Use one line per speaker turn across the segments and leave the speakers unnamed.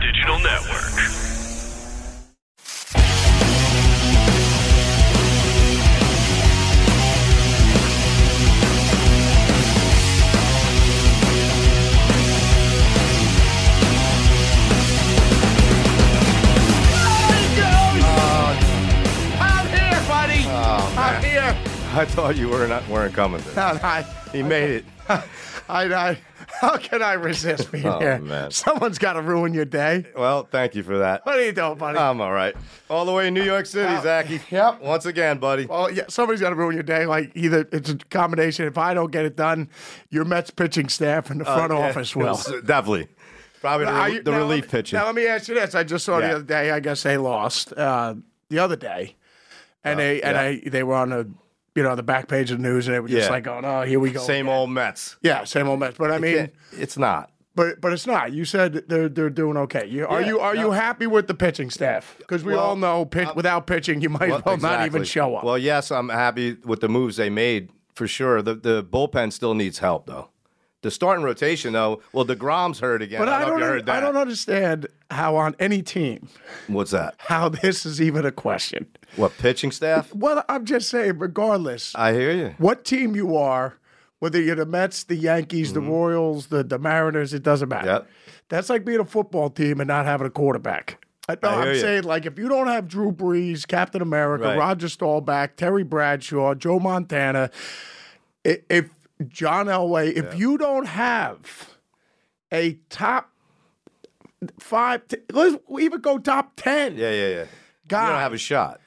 Digital Network.
I'm here, buddy. I'm here.
Oh, I thought you were not weren't coming. Today.
And I,
He made it.
I, I, how can I resist being
Oh,
here?
man.
Someone's got to ruin your day.
Well, thank you for that.
What are you doing, buddy?
I'm all right. All the way in New York City,
Uh,
Zachy.
yep.
Once again, buddy.
well, yeah, somebody's got to ruin your day. Like either it's a combination. If I don't get it done, your Mets pitching staff and the front
Uh, yeah,
office will.
s- Definitely. Probably the,
Are
re-
you-
the
now let
relief
me-
pitcher.
Now let me ask you this: I just saw
Yeah.
the other day. I guess they lost uh, the other day, and they and
Oh, yeah.
I they were on the you know on the back page of the news, and they were just
Yeah.
like, "Oh no, here we go."
Same old Mets.
yeah, same old Mets. But I mean,
Yeah, it's not.
But but it's not. You said that they're they're doing okay. You, are
Yeah,
you are
no.
you happy with the pitching staff? Because we
Well, um,
all know pitch, without pitching, you might as well not even
exactly.
show up.
Well, yes, I'm happy with the moves they made for sure. The the bullpen still needs help though. The starting rotation though. Well, Degrom's hurt again.
but I
know if
don't
you
un-
heard
I
that.
don't understand how on any team
What's that?
how this is even a question.
What pitching staff?
Well, I'm just saying, regardless
I hear you.
what team you are, whether you're the Mets, the Yankees, the Royals, the the Mariners, it doesn't matter.
Mm-hmm. Yep.
That's like being a football team and not having a quarterback. I, no,
I hear
I'm
you.
saying like if you don't have Drew Brees, Captain America,
Right.
Roger Staubach, Terry Bradshaw, Joe Montana, i- if John Elway, if you don't have a top five, t- let's even go top ten
Yeah, yeah, yeah.
guy.
You don't have a shot.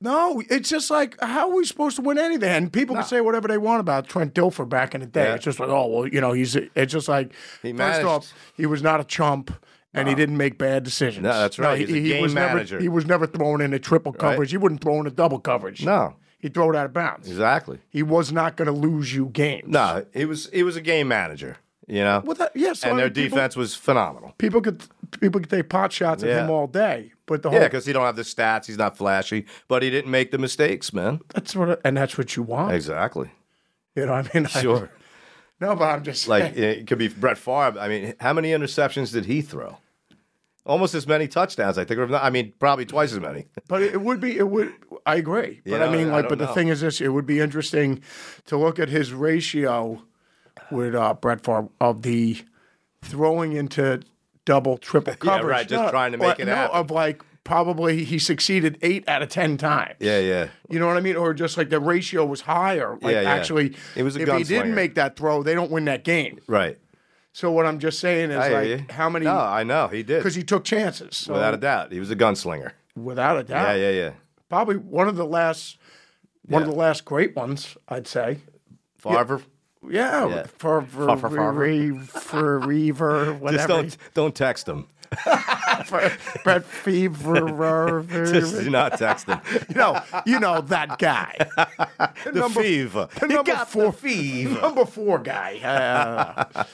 No, it's just like how are we supposed to win anything? And people can say whatever they want about Trent Dilfer back in the day.
Yeah.
It's just like, oh well, you know, he's. It's just like
He
first
managed.
off, he was not a chump. And he didn't make bad decisions.
No, that's right. He's a game
was
manager.
Never, he was never thrown into triple coverage. He wouldn't throw into double coverage.
No.
He'd throw it out of bounds.
Exactly.
He was not going to lose you games.
No, he was he was a game manager, you know.
Well, that, yeah, so
and
I
their
mean, people-
defense was phenomenal.
People, could people could take pot shots at
Yeah.
him all day. But the
Yeah,
whole
because he don't have the stats, he's not flashy, but he didn't make the mistakes, man.
that's what and that's what you want.
Exactly.
You know what I mean?
Sure.
no, but I'm just
like it could be Brett Favre. I mean, how many interceptions did he throw? Almost as many touchdowns, I think. Or if not, I mean, probably twice as many.
But it would be it would I agree. But
You
I
know,
mean
I
like
don't
but the
know.
thing is this it would be interesting to look at his ratio with uh Brett Favre of the throwing into double triple coverage.
right, just trying to
or-
make it
no,
happen.
of like probably he succeeded 8 out of 10 times.
Yeah, yeah.
You know what I mean? Or just like the ratio was higher. Like
Yeah, yeah.
actually
It was a
if he
gunslinger.
didn't make that throw, they don't win that game.
Right.
So what I'm just saying is
I hear
like
you.
how many
No, I know he did.
because he took chances. So
without a doubt, he was a gunslinger.
without a doubt.
Yeah, yeah, yeah.
probably one of the last one of
Yeah.
the last great ones, I'd say.
Favre.
Yeah,
Yeah.
for for
Fa- fa-
for
fa-
re- for Reaver,
Just
whatever.
don't don't text him.
for- Brett Fever,
Just do not text him.
you know, you know that guy,
the fever. He
number
got
four-
the fever.
number four guy. Uh,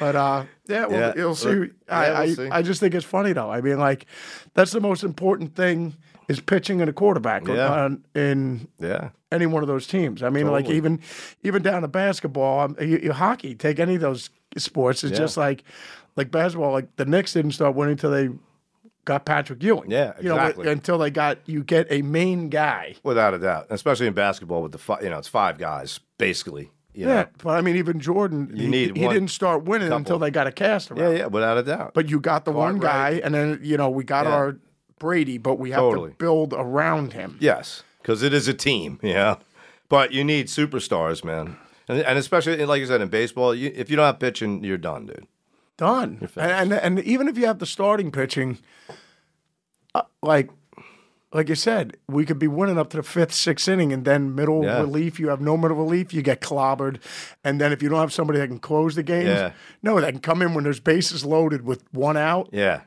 but uh, yeah, well,
Yeah,
you'll see.
look,
I,
yeah, we'll
I,
see.
I just think it's funny though. I mean, like, that's the most important thing is pitching and a quarterback
Yeah.
on, in
Yeah.
any one of those teams. I mean, like
Totally.
even even down to basketball, um, you, you hockey, take any of those sports. It's
Yeah.
just like like basketball. Like the Knicks didn't start winning until they got Patrick Ewing.
Yeah,
you know,
exactly.
until they got you get a main guy.
Without a doubt, especially in basketball, with the fi- you know it's five guys basically. You
Yeah,
know?
but I mean, even Jordan,
You
he,
need
he
one
didn't start winning
couple.
until they got a cast around.
yeah, yeah, without a doubt.
But you got the one guy,
Cartwright.
and then you know we got
Yeah.
our Brady, but we have
Totally.
to build around him.
yes, because it is a team. Yeah, but you need superstars, man, and, and especially like you said in baseball, you, if you don't have pitching, you're done, dude.
done. And, and and even if you have the starting pitching, uh, like like you said, we could be winning up to the fifth, sixth inning, and then middle
Yeah.
relief. You have no middle relief, you get clobbered, and then if you don't have somebody that can close the game,
Yeah.
no, that can come in when there's bases loaded with one out.
Yeah,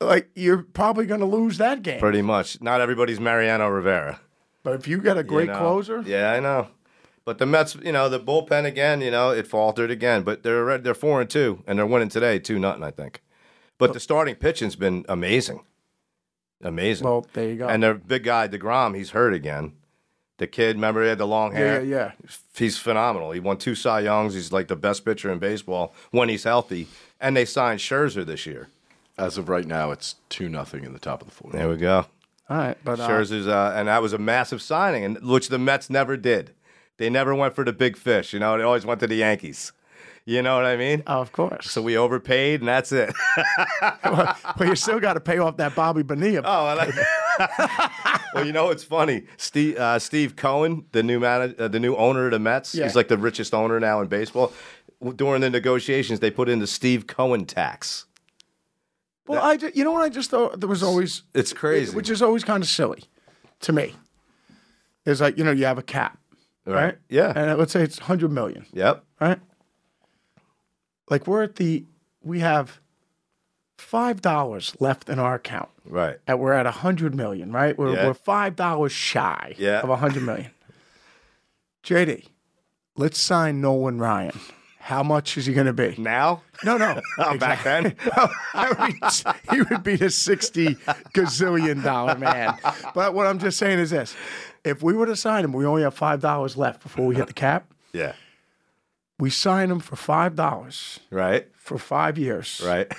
like you're probably going to lose that game.
Pretty much. Not everybody's Mariano Rivera.
But if you got a great
you know?
closer,
Yeah, I know. But the Mets, you know, the bullpen again, you know, it faltered again. But they're already- they're four and two, and they're winning today, two nothing, I think. But the starting pitching's been amazing, amazing.
well, there you go.
and uh, their big guy Degrom, he's hurt again. The kid, remember, he had the long
yeah, yeah,
hair.
yeah.
He's phenomenal. He won two Cy Youngs. He's like the best pitcher in baseball when he's healthy. And they signed Scherzer this year.
As of right now, it's two nothing in the top of the fourth.
There we go.
All right, but uh,
Scherzer's, uh, and that was a massive signing, and which the Mets never did. They never went for the big fish, you know. They always went to the Yankees. You know what I mean?
uh, of course.
So we overpaid, and that's it.
but you still got to pay off that Bobby Bonilla.
Oh, I like. well, you know it's funny. Steve uh, Steve Cohen, the new manager, uh, the new owner of the Mets,
Yeah.
he's like the richest owner now in baseball. W- During the negotiations, they put in the Steve Cohen tax.
well, I ju- you know what I just thought there was always
It's crazy.
which is always kind of silly to me. Is like you know you have a cap, right?
Yeah.
and let's say it's hundred million,
yep.
right? Like we're at the we have five dollars left in our account,
Right.
and we're at a hundred million, right? We're
Yeah.
we're five dollars shy
Yeah.
of a hundred million. JD, let's sign Nolan Ryan. How much is he going to be?
Now
No, no.
I'm back then.
I mean, he would be the 60 gazillion dollar man. But what I'm just saying is this if we were to sign him, we only have $5 left before we hit the cap.
yeah.
We sign him for $5
Right.
for five years
Right.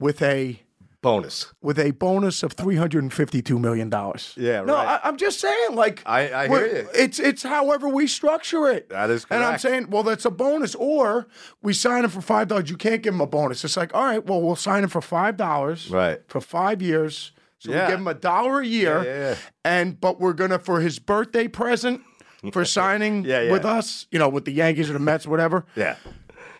with a
Bonus.
with a bonus of $352 million.
Yeah.
No,
right.
I, I'm just saying, like,
I- I
we're-
hear you.
It's it's however we structure it.
That is
And I'm
correct.
saying, well, that's a bonus, or we sign him for five dollars. You can't give him a bonus. It's like, all right, well, we'll sign him for five dollars,
Right.
for five years. So
Yeah.
we give him a dollar a year,
yeah, yeah.
and but we're gonna for his birthday present. For signing
Yeah, yeah.
with us, you know, with the Yankees or the Mets, whatever,
yeah.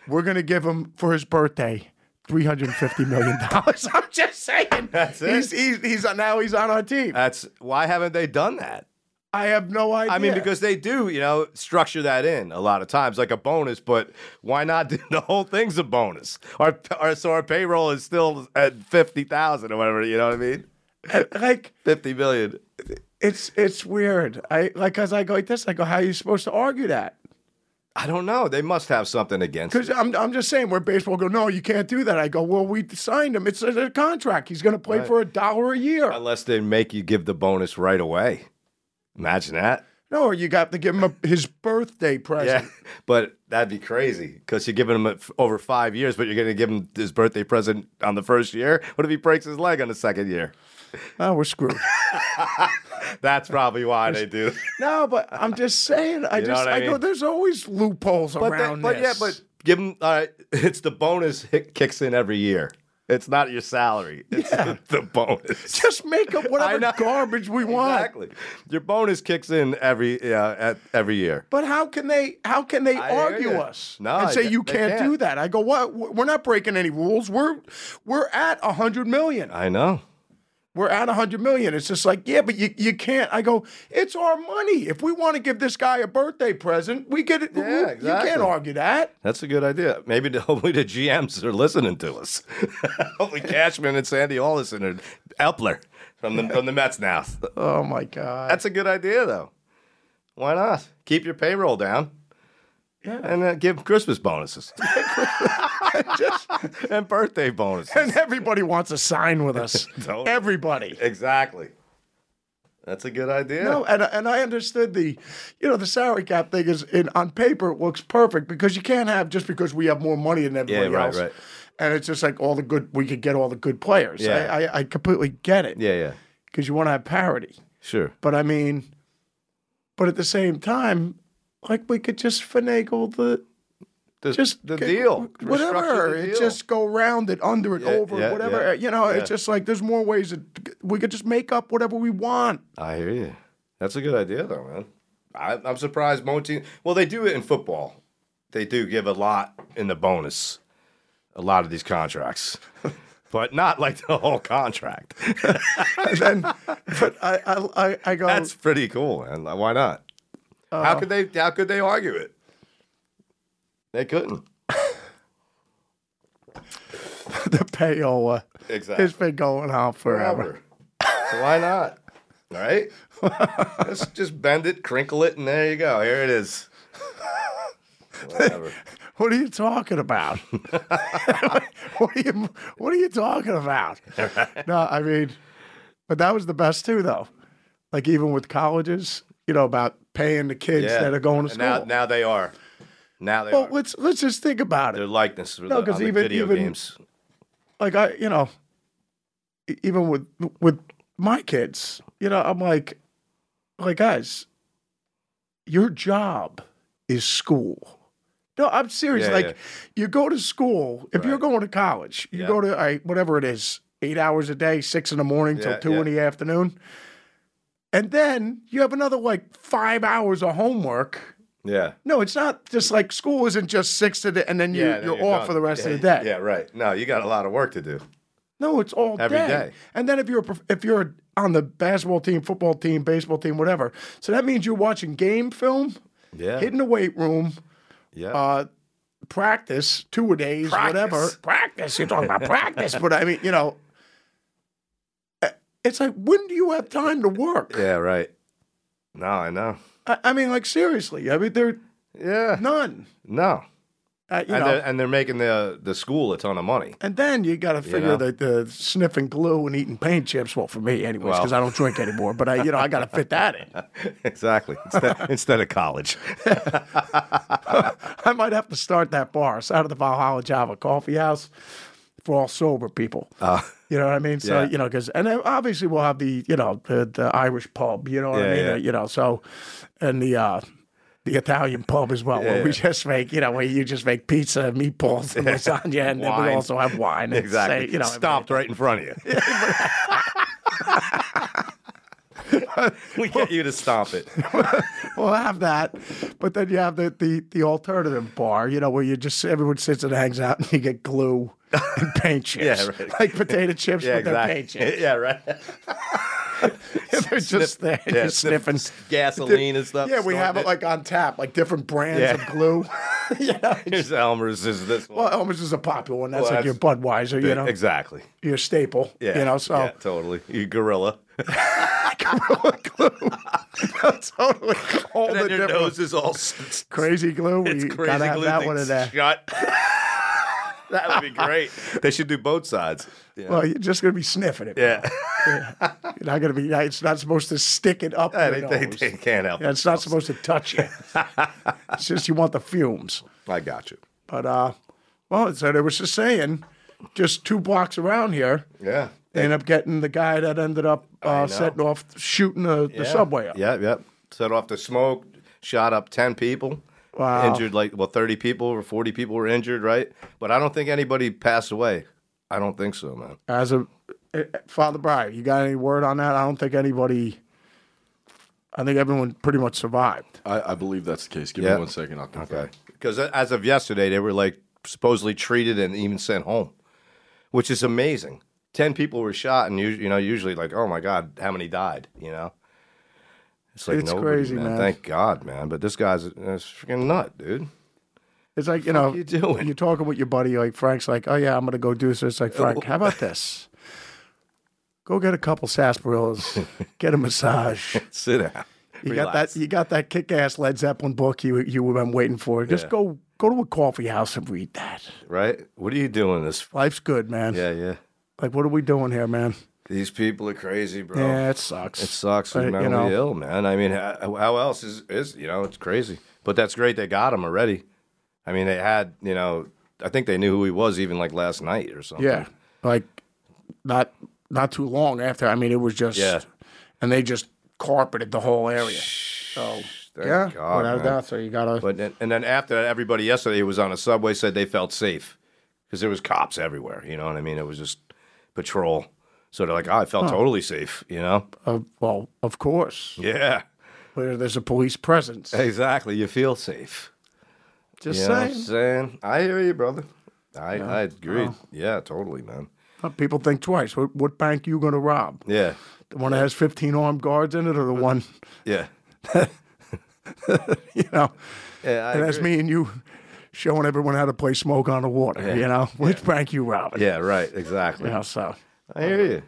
we're gonna give him for his birthday three hundred fifty million dollars. I'm just saying,
That's it.
He's, he's he's now he's on our team.
That's why haven't they done that?
I have no idea.
I mean, because they do, you know, structure that in a lot of times like a bonus, but why not do the whole thing's a bonus? Our, our so our payroll is still at fifty thousand or whatever. You know what I mean?
like
Fifty million.
it's it's weird. I like as I go like this, I go, how are you supposed to argue that?
I don't know. They must have something against. it.
Because I'm I'm just saying where baseball go, no, you can't do that. I go, well, we signed him. It's a, a contract. He's going to play for a dollar a year.
Unless they make you give the bonus right away. Imagine that.
No, or you got to give him a, his birthday present.
Yeah, but that'd be crazy because you're giving him it f- over five years, but you're going to give him his birthday present on the first year. What if he breaks his leg on the second year?
Oh, we're screwed.
That's probably why they do.
no, but I'm just saying. I
You know
just
what I
I, go.
mean?
There's always loopholes
but that-
around
but yeah,
this.
but give them. Uh, it's the bonus hit kicks in every year. It's not your salary. It's the bonus.
just make up whatever
know.
garbage we want.
Exactly. Your bonus kicks in every yeah at every year.
But how can they? How can they
I hear
argue
you.
us
No,
and say
they-
you
they
can't,
can't.
do that? I go, what? We're not breaking any rules. We're we're at a hundred million.
I know.
We're at a hundred million. It's just like, yeah, but you you can't. I go, it's our money. If we want to give this guy a birthday present, we get it.
Yeah,
you- You can't
exactly.
argue that.
That's a good idea. Maybe the, hopefully the GMs are listening to us. hopefully Cashman and Sandy Allison and Epler from the from the Mets now.
Oh my god.
That's a good idea though. Why not keep your payroll down? And uh, give Christmas bonuses and birthday bonuses.
and everybody wants to sign with us.
Totally.
everybody.
Exactly. That's a good idea.
No, and and I understood the, you know, the salary cap thing is in on paper it looks perfect because you can't have just because we have more money than everybody
right,
else.
right.
And it's just like all the good we could get all the good players.
Yeah.
I, I, I completely get it
yeah, yeah.
because you want to have parity.
Sure.
But I mean, but at the same time, like we could just finagle the
The,
just
the
get-
deal.
whatever.
Restructure the
It
deal.
just go round it, under it,
Yeah,
over it,
yeah,
whatever.
yeah,
you know,
yeah.
it's just like there's more ways that we could just make up whatever we want.
I hear you. That's a good idea, though, man. I, I'm surprised most teams. Well, they do it in football. They do give a lot in the bonus, a lot of these contracts, but not like the whole contract.
And then, but I I I, I go.
That's pretty cool, man. Like, Why not? how could they? How could they argue it? They couldn't.
the payola.
Exactly.
It's been going on forever.
Forever. so why not? All right? Let's just bend it, crinkle it, and there you go. Here it is. Whatever.
What are you talking about? what are you What are you talking about? no, I mean, but that was the best too, though. Like even with colleges, you know, about paying the kids
Yeah.
that are going to
And
school.
Now, now they are. Now they
well,
are.
let's let's just think about
Their
it.
likeness
No,
no,
'cause
on the
even-
video
even-
games.
Like I, you know, e- even with with my kids, you know, I'm like, like guys, your job is school. No, I'm serious.
Yeah,
like
yeah.
you go to school, if you're
Right.
going to college, you
Yeah.
go to I, whatever it is, eight hours a day, six in the morning till
Yeah,
two in
yeah.
the afternoon. And then you have another like five hours of homework.
Yeah.
No, it's not just like school isn't just six to the, and then you,
yeah, then
you're, off
done.
for the rest
Yeah,
of the day.
Yeah, right. No, you got a lot of work to do.
No, it's all
Every
day.
day.
And then if you're a prof- if you're on the basketball team, football team, baseball team, whatever, so that means you're watching game film,
Yeah.
hitting the weight room,
yeah.
uh, practice two a days, whatever.
Practice.
Practice. You're talking about practice, but I mean, you know, uh, it's like when do you have time to work?
yeah, right. No, I know.
I, I mean, like seriously. I mean, there
Yeah.
none.
No.
Uh, you
and,
know.
they're, and they're making the the school a ton of money.
And then you got to figure
know?
that the sniffing glue and eating paint chips. Well, for me, anyways,
Well.
because I don't drink anymore. But I, you know, I got to fit that in.
exactly. Instead, instead of college.
I might have to start that bar It's out of the Valhalla Java Coffee House for all sober people. you know what I mean? So
Uh, yeah.
you know, because and then obviously we'll have the you know the, the Irish pub. You know what I
Yeah,
mean?
yeah.
Uh, You know, so and the. uh the Italian pub as well, where we just make, you know, where you just make pizza, and meatballs, and lasagna, and then we
Wine.
also have wine. and
Exactly.
say, you know,
Stopped right in front of you. we get you to stop it.
we'll have that. But then you have the, the the alternative bar, you know, where you just everyone sits and hangs out and you get glue and paint chips.
Yeah, right.
Like potato chips with their paint chips.
yeah, right.
They're just there
Yeah,
you're sniffing.
gasoline and stuff.
Yeah, we have it
snorting
like on tap, like different brands
Yeah.
of glue. yeah.
Here's Elmer's. Is this one?
Well, Elmer's is a popular one. That's
Well,
like your Budweiser, you know,
exactly.
your staple.
Yeah,
You know, so
yeah, totally. You gorilla.
Gorilla glue. totally all
And
the
then your
different
nose is all s-
crazy glue. We
It's crazy
gotta have
glue
that
thing
one in there.
Shut. that would be great. They should do both sides. Yeah.
Well, you're just gonna be sniffing it.
yeah.
You're not gonna be. It's not supposed to stick it up.
they,
your
they-
nose.
they can't help.
Yeah, it's not supposed to touch you. it's just you want the fumes.
I got you.
But uh, well, so they was just saying, just two blocks around here,
Yeah.
they ended up getting the guy that ended up uh,
know.
setting off shooting the, the subway up.
Yep, yep. Set off the smoke, shot up 10 people.
Wow.
Injured like, well, 30 people or 40 people were injured, right? But I don't think anybody passed away. I don't think so, man.
As a eh, eh, Father Brian, you got any word on that? I don't think anybody. I think everyone pretty much survived.
I, I believe that's the case. Give
Yeah.
me one second. I'll confirm.
Okay. Because as of yesterday, they were like supposedly treated and even sent home, which is amazing. Ten people were shot, and you, you know, usually like, oh my god, how many died? You know, it's like
It's
nobody,
crazy, man.
Thank God, man. But this guy's a freaking nut, dude.
It's like you know,
you doing?
are talking with your buddy, like Frank's, like, oh yeah, I'm gonna go do this. It's like Frank, how about this? Go get a couple sarsaparillas, get a massage.
Sit down.
You got that. You got that kick-ass Led Zeppelin book you you were been waiting for. Just
Yeah.
go go to a coffee house and read that.
right? What are you doing this? f-
Life's good, man.
Yeah, yeah.
Like, what are we doing here, man?
These people are crazy, bro.
Yeah, it sucks.
Oh. It sucks.
But,
You're
you
mentally
know.
ill, man. I mean, how, how else is is you know? It's crazy. But that's great. They got him already. I mean, they had you know. I think they knew who he was even like last night or something.
Yeah, like not not too long after. I mean, it was just
Yeah.
and they just carpeted the whole area. So
Thank
yeah,
God,
without a
man.
doubt. So you gotta.
But then- and then after that, everybody yesterday who was on a subway said they felt safe because there was cops everywhere. You know what I mean? It was just patrol. So they're like, oh, I felt totally safe. You know?
uh, well, of course.
Yeah.
where there's a police presence.
Exactly. You feel safe.
Just
You know what I'm
saying.
saying? I hear you, brother. I, I agree. Yeah, totally, man.
Uh, People think twice. What, what bank you going to rob?
Yeah.
The one that has 15 armed guards in it or the
Uh-huh.
one,
Yeah.
you know,
Yeah, I
that has
agree.
me and you showing everyone how to play smoke on the water, you know, which Frank you Robin.
Yeah, right. Exactly.
You know, so
I hear you.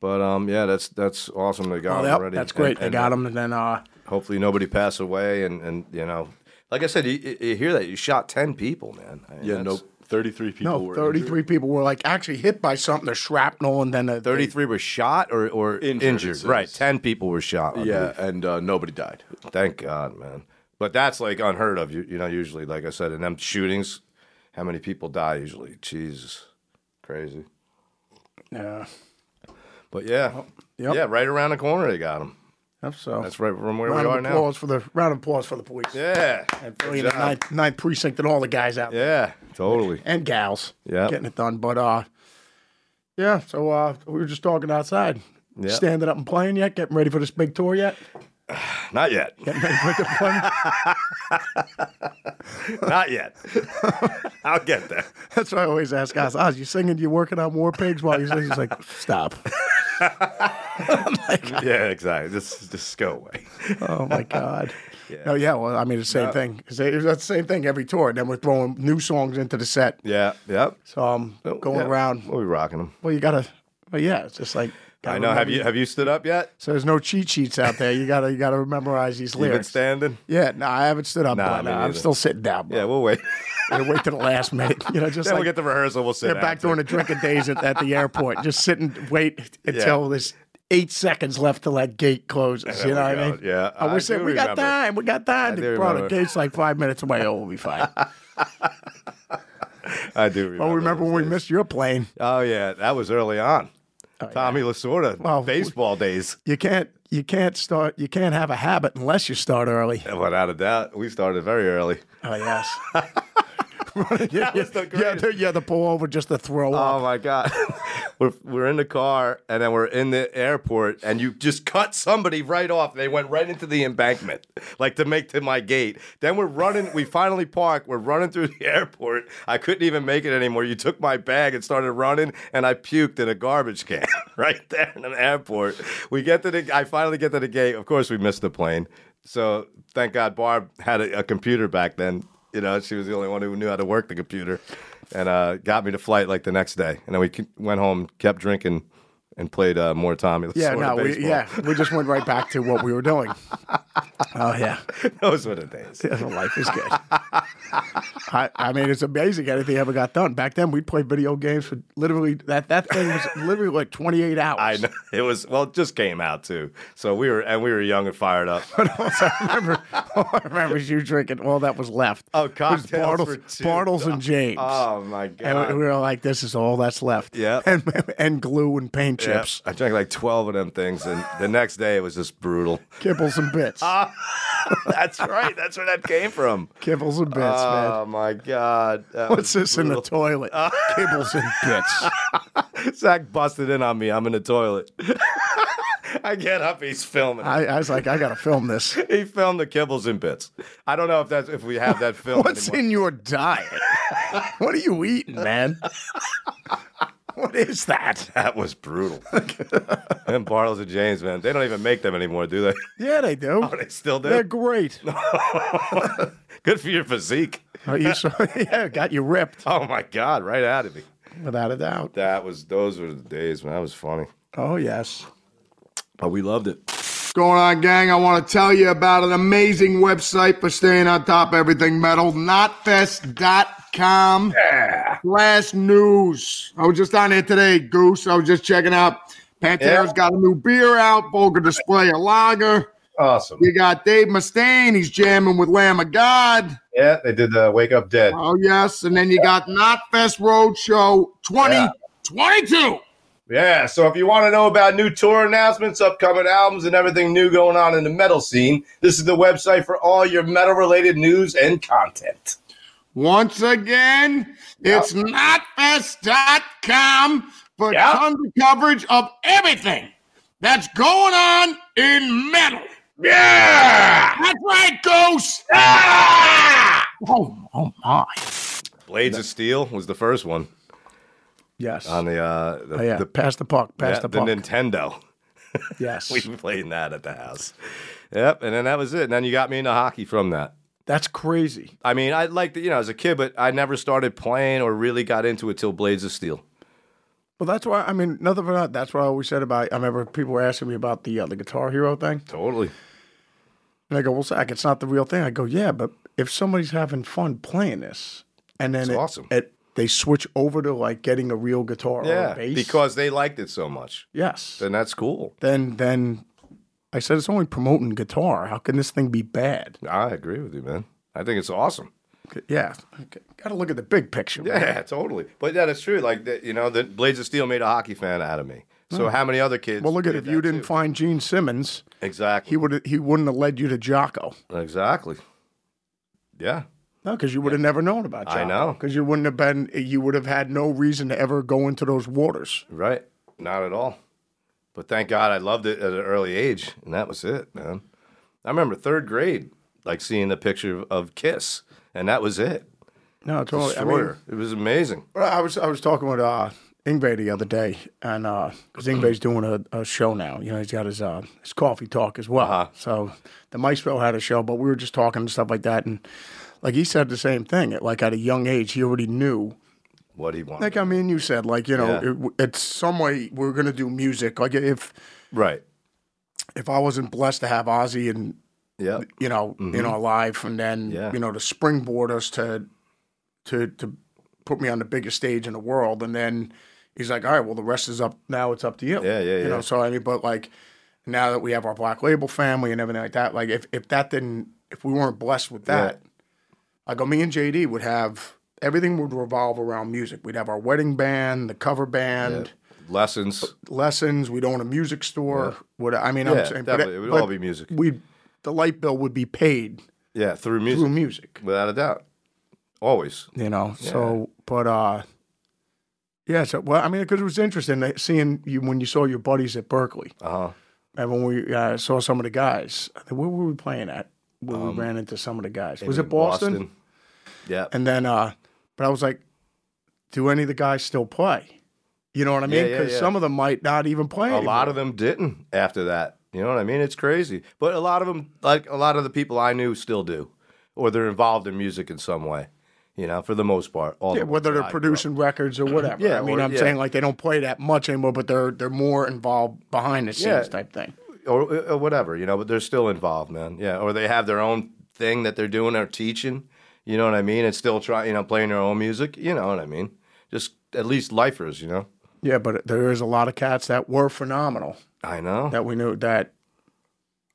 But um, yeah, that's that's awesome. They got
Oh,
him
yep,
already.
that's great.
And,
They
and
got him, and then uh,
Hopefully, nobody passed away. And and you know, like I said, you, you- you hear that you shot ten people, man. I mean,
Yeah,
that's-
no, 33 people
no,
were
thirty
injured.
three people were like actually hit by something, the shrapnel, and then uh, they-
Thirty-three were shot or or
Injured,
injured.
it
Right,
says.
ten people were shot. I
Yeah, and uh, nobody died.
believe. thank God, man. But that's like unheard of. You you know, usually, like I said, in them shootings, how many people die usually? Jesus, crazy.
Yeah,
But yeah,
Yep.
yeah, right around the corner they got him.
yep, so
That's right from where
round
we
of
are now.
applause for the round of applause for the police.
Yeah,
and
Good
Philly and the
job.
ninth, ninth precinct and all the guys out there
yeah, totally.
and gals.
Yeah.
getting it done. But uh, yeah. So uh, we were just talking outside.
Yeah.
Standing up and playing yet? Getting ready for this big tour yet?
Not yet.
Getting ready for the one?
Not yet. I'll get there.
That's why I always ask guys, Oz, you singing, you working on War Pigs while you're singing? He's like, stop.
Yeah, exactly. Just just go away.
Oh my God. No, yeah, well, I mean, it's the same thing. It's the- it's the same thing every tour. And then we're throwing new songs into the set.
Yeah, yep.
So I'm going
Oh, Yeah.
around.
We'll be rocking them.
Well, you got to, well, yeah, it's just like, gotta
I know. Have
remember-
you have you stood up yet?
So there's no cheat sheets out there. You got to, you got to memorize these
You've been
lyrics.
standing.
yeah, no, I haven't stood up. Nah,
Nah, me
I'm
neither.
still sitting down.
Yeah,
Bro.
we'll wait.
Yeah. Wait to the last minute. You know, just
then
like
we'll get the rehearsal. We'll sit
They're back
after.
during the drinking days at, at the airport, just sit and wait until there's eight seconds left till that gate closes. You know
we
what I
go.
mean?
Yeah,
I
I
wish that
do
we got
remember.
time. We got time.
I
to
do
bro, the
remember.
gate's like five minutes away. Oh, we'll be fine.
I do. Remember
Oh, remember when
those
we
days.
missed your plane?
Oh yeah, that was early on. Tommy Lasorda,
Well, we-
baseball days.
You can't. You can't start. You can't have a habit unless you start early.
Without a doubt, we started very early.
Oh yes. yeah,
was the
yeah,
greatest.
the, yeah, the pull over just to throw
Oh
up.
my god, we're we're in the car and then we're in the airport and you just cut somebody right off. They went right into the embankment, like to make to my gate. Then we're running. We finally park. We're running through the airport. I couldn't even make it anymore. You took my bag and started running, and I puked in a garbage can right there in an airport. We get to the. I finally get to the gate. Of course, we missed the plane. So thank God Barb had a, a computer back then. You know, she was the only one who knew how to work the computer, and uh, got me to flight like the next day. And then we c- went home, kept drinking, and played uh, more Tommy.
Yeah,
Lasorda
no, we,
baseball.
yeah, we just went right back to what we were doing. Oh yeah.
those were the days.
Yeah, the life is good. I, I mean, it's amazing anything ever got done. Back then, we'd play video games for literally that that thing was literally like twenty eight hours.
I know it was well, it just came out too. So we were and we were young and fired up.
I remember, all I remember is you drinking all that was left.
Oh,
It was
cocktails
Bartles,
for two.
Bartles and James.
Oh my god!
and we- we were like, "This is all that's left."
Yeah.
and and glue and paint
Yep.
chips,
I drank like twelve of them things, and the next day it was just brutal.
kibbles and bits,
That's right. That's where that came from.
kibbles and bits, man.
Oh my god! That
What's
was
this in the
brutal.
toilet? kibbles and bits.
Zach busted in on me. I'm in the toilet. I get up. He's filming.
I, I was like, I gotta film this.
he filmed the kibbles and bits. I don't know if that's if we have that film.
What's
anymore.
in your diet? what are you eating, man? what is that?
That was brutal. and Bartles and James, man, they don't even make them anymore, do they?
Yeah, Oh, they do.
They still do.
They're great.
Good for your physique.
Are you so? yeah, got you ripped
Oh my god! Right out of me.
without a doubt.
That was those were the days, man. That was funny.
Oh yes.
But we loved it.
going on, gang? I want to tell you about an amazing website for staying on top of everything metal, knotfest.com slash news. I was just on there today, Goose. I was just checking out. Pantera's
Yeah.
got a new beer out, Vulgar Display, a lager.
Awesome.
We got Dave Mustaine. He's jamming with Lamb of God.
Yeah, they did the Wake Up Dead.
Oh, yes. And then you got Knotfest Roadshow 2022.
Yeah, so if you want to know about new tour announcements, upcoming albums, and everything new going on in the metal scene, this is the website for all your metal related news and content.
Once again, it's notfest.com for
Yeah.
tons of coverage of everything that's going on in metal.
Yeah!
That's right, Ghost. Oh, oh my.
Blades of Steel was the first one
Yes.
on the uh the,
Oh, yeah.
the,
pass the puck. Pass
yeah,
the
the
puck.
Nintendo.
yes.
We played that at the house. Yep, and then that was it. And then you got me into hockey from that.
That's crazy.
I mean, I liked it, you know, as a kid, but I never started playing or really got into it till Blades of Steel.
Well, that's why I mean, nothing for that. That's what I always said about. I remember people were asking me about the uh, the Guitar Hero thing,
Totally.
and I go, "Well, Zach, it's not the real thing." I go, "Yeah, but if somebody's having fun playing this, and then
It's
it-
awesome.
it- they switch over to like getting a real guitar or
Yeah,
a bass
because they liked it so much.
yes,
Then that's cool.
then then I said it's only promoting guitar. How can this thing be bad?
I agree with you, man. I think it's awesome.
Okay, Yeah, okay. got to look at the big picture. man.
Yeah, totally. But that is true. Like that, you know, the Blades of Steel made a hockey fan out of me. So how many other kids?
Well, look at
did
if you
that,
didn't
too?
find Gene Simmons, he
exactly.
would he wouldn't have led you to Jocko.
exactly. Yeah.
No, because you would have never known about Jocko.
I know.
because you wouldn't have been you would have had no reason to ever go into those waters.
Right. Not at all. But thank God I loved it at an early age, and that was it, man. I remember third grade, like seeing the picture of, of Kiss, and that was it.
No, totally. Oh, I mean,
Destroyer. it was amazing.
Well, I was I was talking with uh, Ingve the other day, and because Ingve's doing a, a show now, you know, he's got his uh, his coffee talk as well. So the Maestro had a show, but we were just talking and stuff like that, and like he said the same thing. At, like at a young age, he already knew.
What he wanted.
Like I mean, you said like you know,
Yeah.
it, it's some way we're gonna do music. Like if
right.
if I wasn't blessed to have Ozzy and
Yeah.
you know in our life, and then
Mm-hmm. Yeah.
you know to springboard us to to to put me on the biggest stage in the world, and then he's like, all right, well the rest is up now. It's up to you.
Yeah, yeah,
You
yeah.
know, so I mean, but like now that we have our Black Label family and everything like that, like if if that didn't, if we weren't blessed with that, like me and JD would have. Everything would revolve around music. We'd have our wedding band, the cover band,
Lessons.
lessons. We'd own a music store. Would I mean?
Yeah,
I'm saying, but
definitely. It would
but
all be music.
We, the light bill would be paid
Yeah, through music.
through music.
Without a doubt. Always.
You know. So, but uh, yeah. So, well, I mean, because it was interesting that seeing you when you saw your buddies at Berkeley,
Uh-huh.
and when we uh, saw some of the guys. I think, Where were we playing at? Where we ran into some of the guys. Was it
Um, In
Boston?
Yeah.
And then, uh, but I was like, do any of the guys still play? You know what I mean?
yeah,
Because
yeah.
some of them might not even play.
a lot of them didn't after that. You know what I mean? It's crazy. But a lot of them, like a lot of the people I knew, still do, or they're involved in music in some way. You know, for the most part, all
Yeah,
the ones
whether
that
they're
I grew up-
producing records or whatever.
Yeah,
I mean,
or-
I'm
yeah.
saying like they don't play that much anymore, but they're they're more involved behind the scenes
Yeah.
type thing.
or, or whatever, you know, but they're still involved, man. Yeah, or they have their own thing that they're doing or teaching. You know what I mean? And still trying, you know, playing their own music. You know what I mean? Just at least lifers, you know.
Yeah, but there is a lot of cats that were phenomenal
I know.
that we knew that.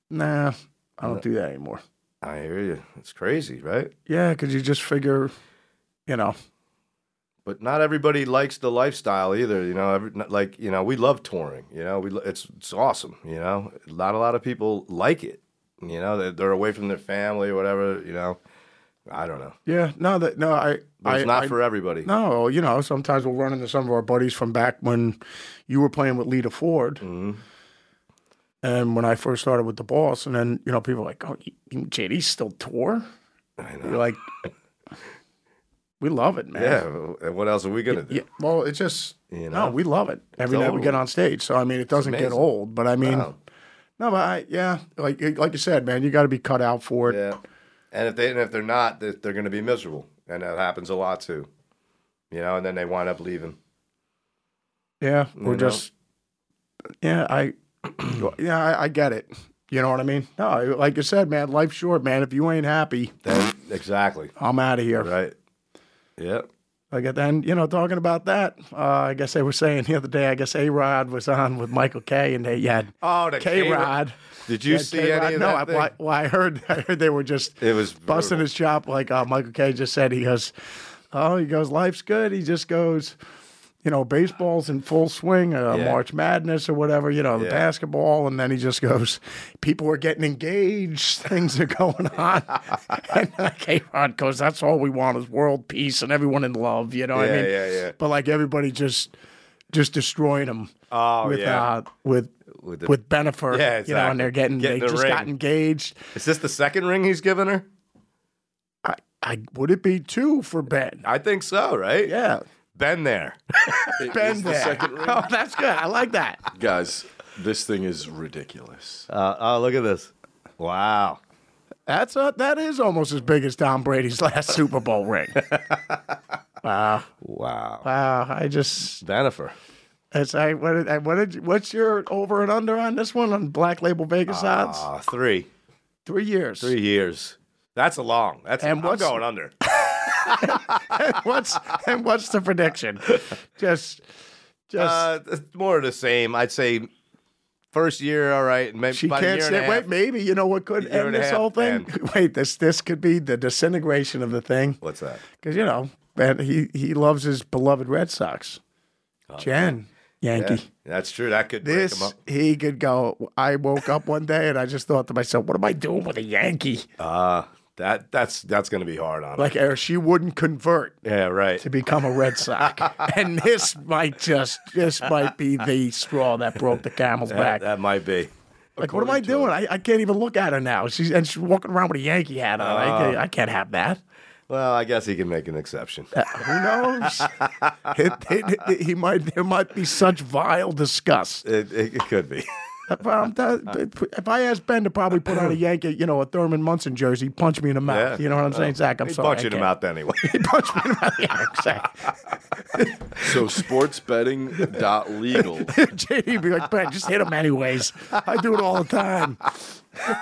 Nah, I don't do that anymore.
I hear you. It's crazy, right?
Yeah, because you just figure, you know,
but not everybody likes the lifestyle either. You know, every, not- like you know, we love touring. You know, we lo- it's it's awesome. You know, not a lot of people like it. You know, they're, they're away from their family or whatever. You know, I don't know.
yeah, no, that no, I,
But it's
I,
not
I-
for everybody.
No, you know, sometimes we'll run into some of our buddies from back when you were playing with Lita Ford.
Mm-hmm.
And when I first started with the boss, and then, you know, people are like, oh, you- you- JD still tour?
I
You're
know.
like, we love it, man.
Yeah, well, and what else are we gonna do?
Yeah, Well, it's just,
You know?
no, we love it every night we get
Totally.
on stage. So, I mean, it doesn't get
amazing.
old, but I mean,
Wow.
no, but I, yeah, like, like you said, man, you got to be cut out for it.
Yeah, and if they and if they're not, they're, they're gonna be miserable, and that happens a lot too. You know, and then they wind up leaving.
Yeah, we're
know?
just. Yeah, I. yeah, I, I get it. You know what I mean? No, like you said, man, life's short, man. If you ain't happy,
Then exactly
I'm out of here.
right. Yep.
Like at the end, you know, talking about that, uh, I guess they were saying the other day. I guess A Rod was on with Michael K, and they yeah,
Oh, the
K Rod.
Did you see any of
no,
that?
I,
thing?
well, I, well, I heard, I heard they were just
It was
busting
brutal.
his chop. Like uh, Michael K just said, he goes, "Oh, he goes, life's good." He just goes, you know, baseball's in full swing, uh,
Yeah.
March Madness or whatever, you know, the
Yeah.
basketball, and then he just goes, "People are getting engaged, things are going on," and like A Rod goes, "That's all we want is world peace and everyone in love," you know what I
Yeah,
mean?
yeah, yeah.
But like everybody just, just destroying him
Oh,
with
yeah.
uh, with.
With
With,
the-
Benifer,
Yeah,
you know,
exactly.
and they're getting,
Getting
they
the
just got
ring.
engaged.
Is this the second ring he's given her?
I, I would it be two for Ben?
I think so, right?
Yeah,
Been there.
Ben there. Oh, that's good. I like that.
Guys, this thing is ridiculous.
uh,
Uh, oh, look at this. Wow.
That's a, that is almost as big as Tom Brady's last Super Bowl ring. wow,
Wow.
wow! I just
Vanifer.
it's I what did, I- what did you- what's your over and under on this one on Black Label Vegas odds?
Ah, three.
Three years.
Three years. That's a long. That's
And
I'm
what's-
going under.
what's and what's the prediction? Just, just
Uh, it's more of the same. I'd say first year, all right. Maybe
she
about a
can't
year and a
stand. Wait,
half.
maybe you know what could
Year
end
and a
this
half,
whole thing?
man.
Wait, this this could be the disintegration of the thing
What's that?
because you know, man, he he loves his beloved Red Sox. Jen Yankee.
Oh. Yeah, that's true. That could break him
This
up.
he could go. I woke up one day and I just thought to myself, "What am I doing with a Yankee?"
Uh, that that's that's gonna be hard on. him.
Like, or she wouldn't convert
yeah, right.
to become a Red Sox, and this might just this might be the straw that broke the camel's
That,
back.
that might be.
Like, what am I doing? I, I can't even look at her now. She's and she's walking around with a Yankee hat on.
Oh.
I, can't, I can't have that.
Well, I guess he can make an exception.
Who knows? It- it- it- he might. There might be such vile disgust.
It, it, it could be.
If, I'm t- if I asked Ben to probably put on a Yankee, you know, a Thurman Munson jersey, punch me in the mouth.
Yeah.
You know what I'm saying, Zach? I'm
He's
sorry. I
punching him
can't.
out anyway.
He punched me in the mouth. Yeah, exactly.
So sports betting dot legal.
JD be like, Ben, just hit him anyways. I do it all the time.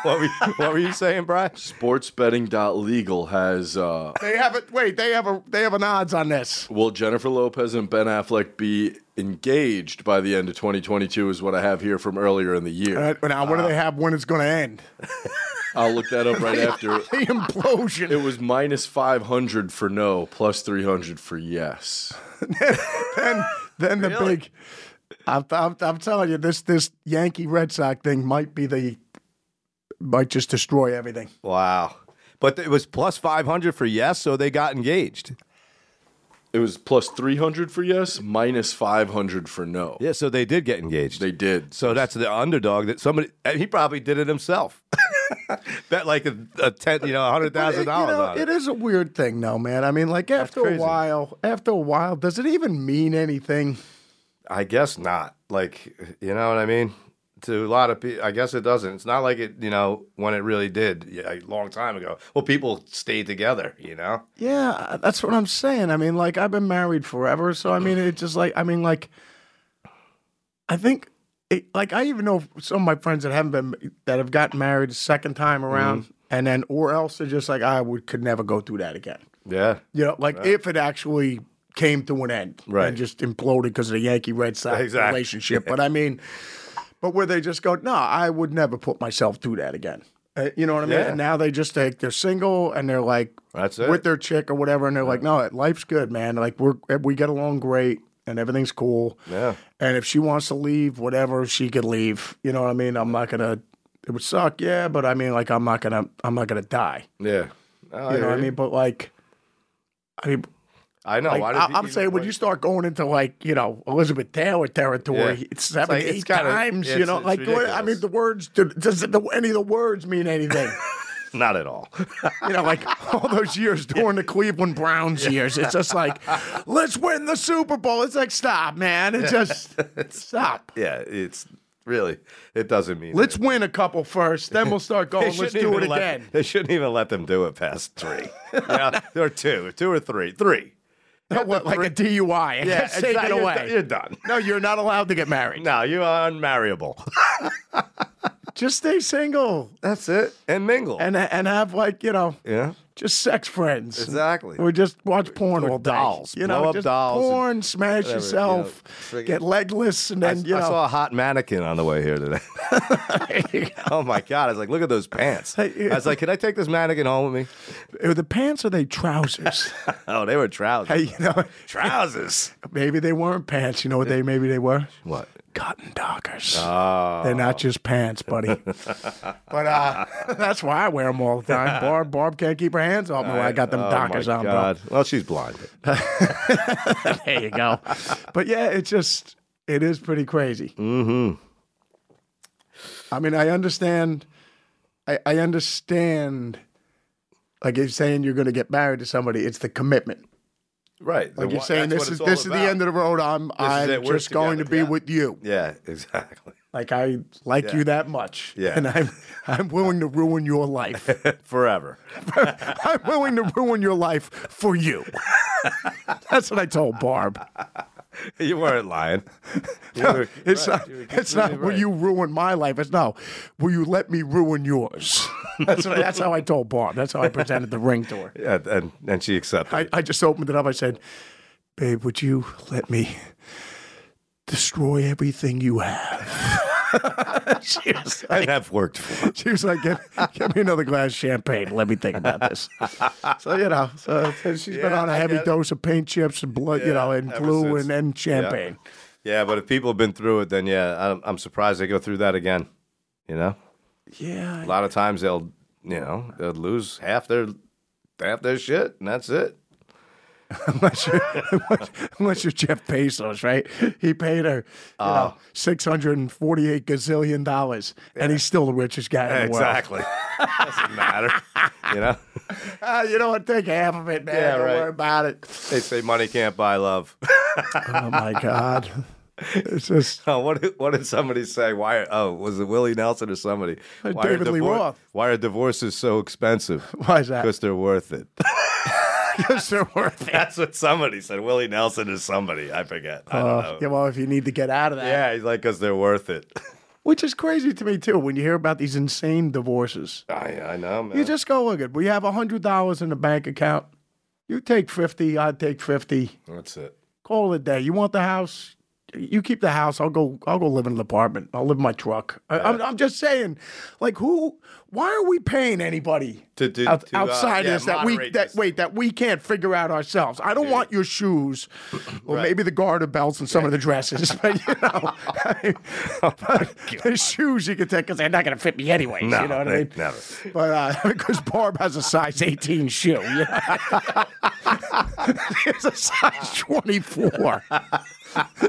what, were you, what were you saying, Brian?
Sports betting dot legal has uh,
They have a wait. They have a they have an odds on this.
will Jennifer Lopez and Ben Affleck be engaged by the end of 2022? Is what I have here from earlier in the year.
Uh, now, what do they have when it's going to end?
I'll look that up right after.
The implosion.
It was minus 500 for no, plus 300 for yes.
then then the big I'm, I'm, I'm telling you this this Yankee Red Sox thing might be the might just destroy everything.
Wow. But it was plus 500 for yes, so they got engaged.
It was plus 300 for yes, minus 500 for no.
Yeah, so they did get engaged.
They did.
so that's the underdog that somebody, and he probably did it himself. Bet like a, a ten, you know, a hundred
But it- you
thousand dollars
know,
on it.
it is a weird thing though, man. I mean, like after a
crazy.
while, after a while, does it even mean anything?
I guess not. Like, you know what I mean? To a lot of people, I guess it doesn't. It's not like it, you know, when it really did yeah, a long time ago. Well, people stayed together, you know.
Yeah, that's what I'm saying. I mean, like I've been married forever, so I mean, it just like I mean, like I think, it, like I even know some of my friends that haven't been that have gotten married a second time around,
Mm-hmm.
and then or else they're just like I would could never go through that again.
Yeah,
You know, like if it actually came to an end
Right.
and just imploded because of the Yankee Red Sox
Exactly.
relationship. But I mean, but where they just go, no, I would never put myself through that again. Uh, you know what I mean?
Yeah.
And now they just like they're single and they're like
That's it.
with their chick or whatever, and they're like, no, life's good, man. Like we're we get along great and everything's cool.
Yeah.
And if she wants to leave, whatever, she could leave. You know what I mean? I'm not gonna. It would suck, yeah, but I mean, like, I'm not gonna, I'm not gonna die.
yeah. I
You know what I
hear
mean? But like, I mean,
I know.
like,
Why did
I,
he
I'm
even
saying when
play?
you start going into like you know Elizabeth Taylor territory,
Yeah.
it's seven,
It's like-
eight
it's gotta-
times.
it's-
you know,
it's
like what, I mean,
ridiculous.
the words do- does the, any of the words mean anything?
not at all.
you know, like all those years during the Cleveland Browns years, it's just like let's win the Super Bowl. It's like stop, man. It's just stop.
yeah, it's really it doesn't mean.
Let's win a couple first, then we'll start
They
going. Let's
shouldn't
do it
even let-
again.
They shouldn't even let them do it past three. yeah, or two, two or three, three.
Not what, like a DUI. Yeah,
it's
take
not-
it
you're
away.
done- You're done.
no, you're not allowed to get married.
No, you are unmarriable.
Just stay single
That's it. And mingle.
and and have like you know
yeah.
just sex friends.
Exactly.
Or just watch porn
Or
all day.
dolls.
You
Blow
know,
up
just
dolls and
porn, smash
whatever, you
yourself,
know, friggin-
get legless, and
I,
then you
I
know.
saw a hot mannequin on the way here today. oh my god! I was like, look at those pants. I
Hey,
was like, can I take this mannequin home with me?
Are the pants or they trousers?
Oh, they were trousers.
hey, you know,
trousers.
maybe they weren't pants. You know what they maybe they were?
What?
Cotton dockers.
Oh.
They're not just pants, buddy. but uh, that's why I wear them all the time. Barb, Barb can't keep her hands off me when I got them
oh
dockers
my
on, bro.
god. Well, she's blind.
There you go. but yeah, it's just it is pretty crazy. Mm-hmm. I mean, I understand. I, I understand. Like you're saying, you're going to get married to somebody. It's the commitment.
Right.
Like you're saying, this is this is the end of the road. I'm
is
I'm
it. We're
just going to
together.
be
Yeah.
with you.
Yeah, exactly.
Like I like you that much.
Yeah.
And I'm I'm willing to ruin your life.
forever.
I'm willing to ruin your life for you. That's what I told Barb.
You weren't lying.
It's not it's not will you ruin my life. It's no, will you let me ruin yours? That's what, that's how I told Barb. That's how I presented the ring to her.
And, and, and she accepted.
I, I just opened it up. I said, Babe, would you let me destroy everything you have? she, was
I
like,
have worked for. it.
she was like, get, get me another glass of champagne. Let me think about this. so, you know, so, so she's been
Yeah,
on a
I
heavy
get it.
dose of paint chips and blood, you
Yeah,
know, and
ever
glue
since.
and, and champagne.
Yeah, but if people have been through it, then yeah, I'm, I'm surprised they go through that again. You know,
Yeah.
a lot of times they'll, you know, they'll lose half their half their shit, and that's it.
unless you're, unless, unless you're Jeff Bezos, right? He paid her you
Oh.
know, six hundred and forty-eight gazillion dollars, and he's still the richest guy in the world.
Doesn't matter. You know,
Ah, you know what? Take half of it, man.
Yeah,
Don't
right.
worry about it.
they say money can't buy love.
Oh my God. It's just
Oh, what did, what did somebody say? Why? Oh, was it Willie Nelson or somebody?
Uh,
Why are
David Lee
divor-
Roth.
Why are divorces so expensive?
why is that?
Because they're worth it.
Because they're worth it.
That's what somebody said. Willie Nelson is somebody. I forget. I don't
Uh,
know.
yeah, well, if you need to get out of that,
Oh. Yeah, he's like, because they're worth it.
which is crazy to me too, when you hear about these insane divorces,
I, I know, man.
you just go look at. We have hundred dollars in the bank account. You take fifty. I take fifty.
That's it.
call it a day. You want the house? You keep the house. I'll go. I'll go live in an apartment. I'll live in my truck. I, I'm, I'm just saying, like, who? Why are we paying anybody
To do
out-
to, uh,
outside of
yeah,
this that we
moderate
that
this.
wait that we can't figure out ourselves? I don't want your shoes, or maybe the garter belts and some of the dresses, but you know, but the shoes you can take because they're not going to fit me anyways. you know what I
they-
mean?
never.
But uh, because Barb has a size 18 shoe, you know? she has a size 24.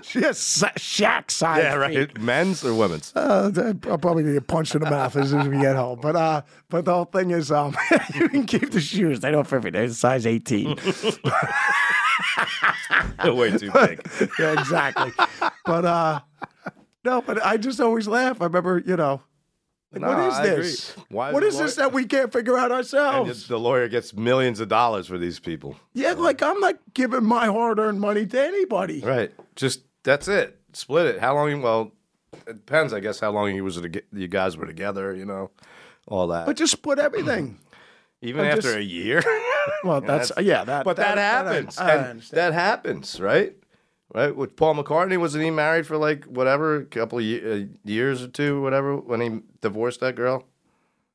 She has sa- Shaq size.
Yeah, right.
feet.
Men's or women's?
Uh, I'll probably get punched in the mouth as soon as we get home. But uh, but the whole thing is, um, you can keep the shoes. They don't fit me. They're size 18.
Way too big.
yeah, exactly. but uh, no, but I just always laugh. I remember, you know. like,
No,
what is
I agree.
this?
Why
what
the
is this
lawyer-
that we can't figure out
And
ourselves?
yet the lawyer gets millions of dollars for these people.
Yeah, like I'm not giving my hard-earned money to anybody.
Right. Just that's it. Split it. How long? Well, it depends, I guess, how long you was to- you guys were together. You know, all that.
But just split everything.
Even
I'm
after
just-
a year.
Well, that's yeah, that.
but that, happens.
That, I- I
and
understand.
that happens, right? Right. With Paul McCartney, wasn't he married for like whatever, a couple of ye- uh, years or two, whatever, when he divorced that girl?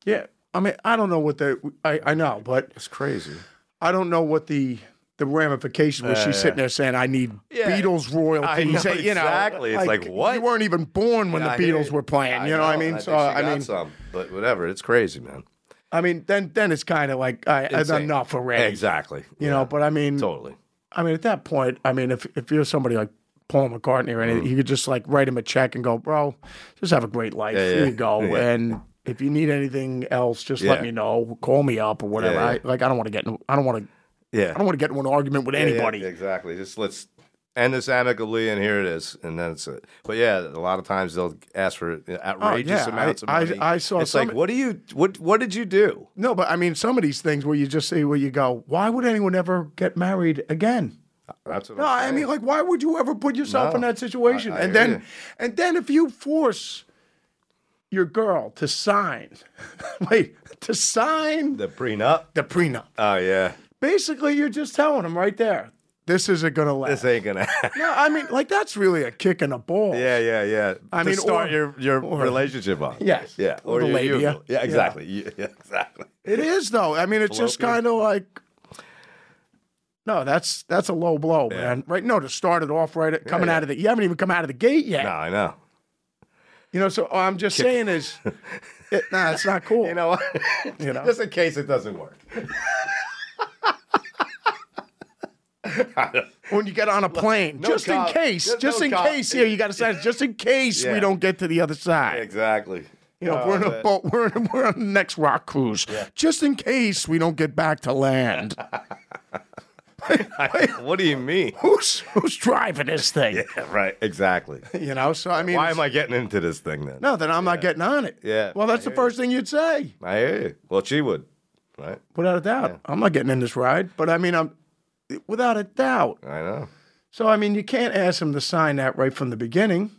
yeah, I mean, I don't know what the I, I know, but
It's crazy.
I don't know what the the ramification was. She's sitting there saying, "I need
Yeah.
Beatles royalties."
I know,
Hey, you know,
exactly. It's like,
you
what?
weren't even born when
I
the
hear
Beatles
you.
were playing. you know, what I mean?
think
so
she
I
got
mean,
some, but whatever. It's crazy, man.
I mean, then then it's kind of like I, it's
Insane.
enough already.
Exactly.
You know, but I mean,
Totally.
I mean, at that point, I mean, if if you're somebody like Paul McCartney or anything, you could just like write him a check and go, bro, just have a great life.
Mm. Yeah,
Here
yeah.
you go. And if you need anything else, just let
Yeah.
me know. Call me up or whatever.
Yeah, yeah.
I, like I don't want to get in, I don't want to
Yeah.
I don't want to get into an argument with
Yeah, yeah,
anybody.
exactly. Just let's end this amicably, and here it is, and that's it. But yeah, a lot of times they'll ask for outrageous
Oh, yeah,
amounts
I- I-
of money.
I saw
It's
some-
like, what do you what What did you do?
No, but I mean, some of these things where you just see where you go, why would anyone ever get married again?
That's what
No, I mean, like, why would you ever put yourself in
No,
that situation?
I- I
and
hear
then,
you.
and then, if you force your girl to sign, wait, to sign
the prenup.
the prenup,
Oh yeah,
basically, you're just telling them right there, this isn't gonna last.
this ain't gonna.
no, I mean, like, that's really a kick in the balls.
yeah, yeah, yeah.
I
to
mean,
start
or-
your your relationship on.
Yes.
Yeah.
Or the
your
labia.
usual.
Yeah.
Yeah, exactly. You- Yeah, exactly.
It is though. I mean, it's just
Fallopian.
kind of like. No, that's that's a low blow, man. Right? No, to start it off right at, coming out of the you haven't even come out of the gate yet.
No, I know.
You know, so I'm just saying is, it, nah, it's not cool.
You know, what?
You know?
just in case it doesn't work.
when you get on a plane,
no
just
cop-
in case,
just
just,
no
in
cop-
case. Here, you got to sign. Just in case
Yeah.
we don't get to the other side.
Exactly.
You know,
Oh,
we're in a
man.
boat. We're in, we're on the next rock cruise. Just in case we don't get back to land.
what do you mean?
Who's who's driving this thing?
right, exactly.
You know, so I mean,
Why
it's-
am I getting into this thing then?
No, then I'm not getting on it.
Yeah.
Well, that's the first thing you'd say,
I hear you. Well, she would, right?
without a doubt. I'm not getting in this ride, but I mean, I'm without a doubt.
I know.
So I mean, you can't ask him to sign that right from the beginning.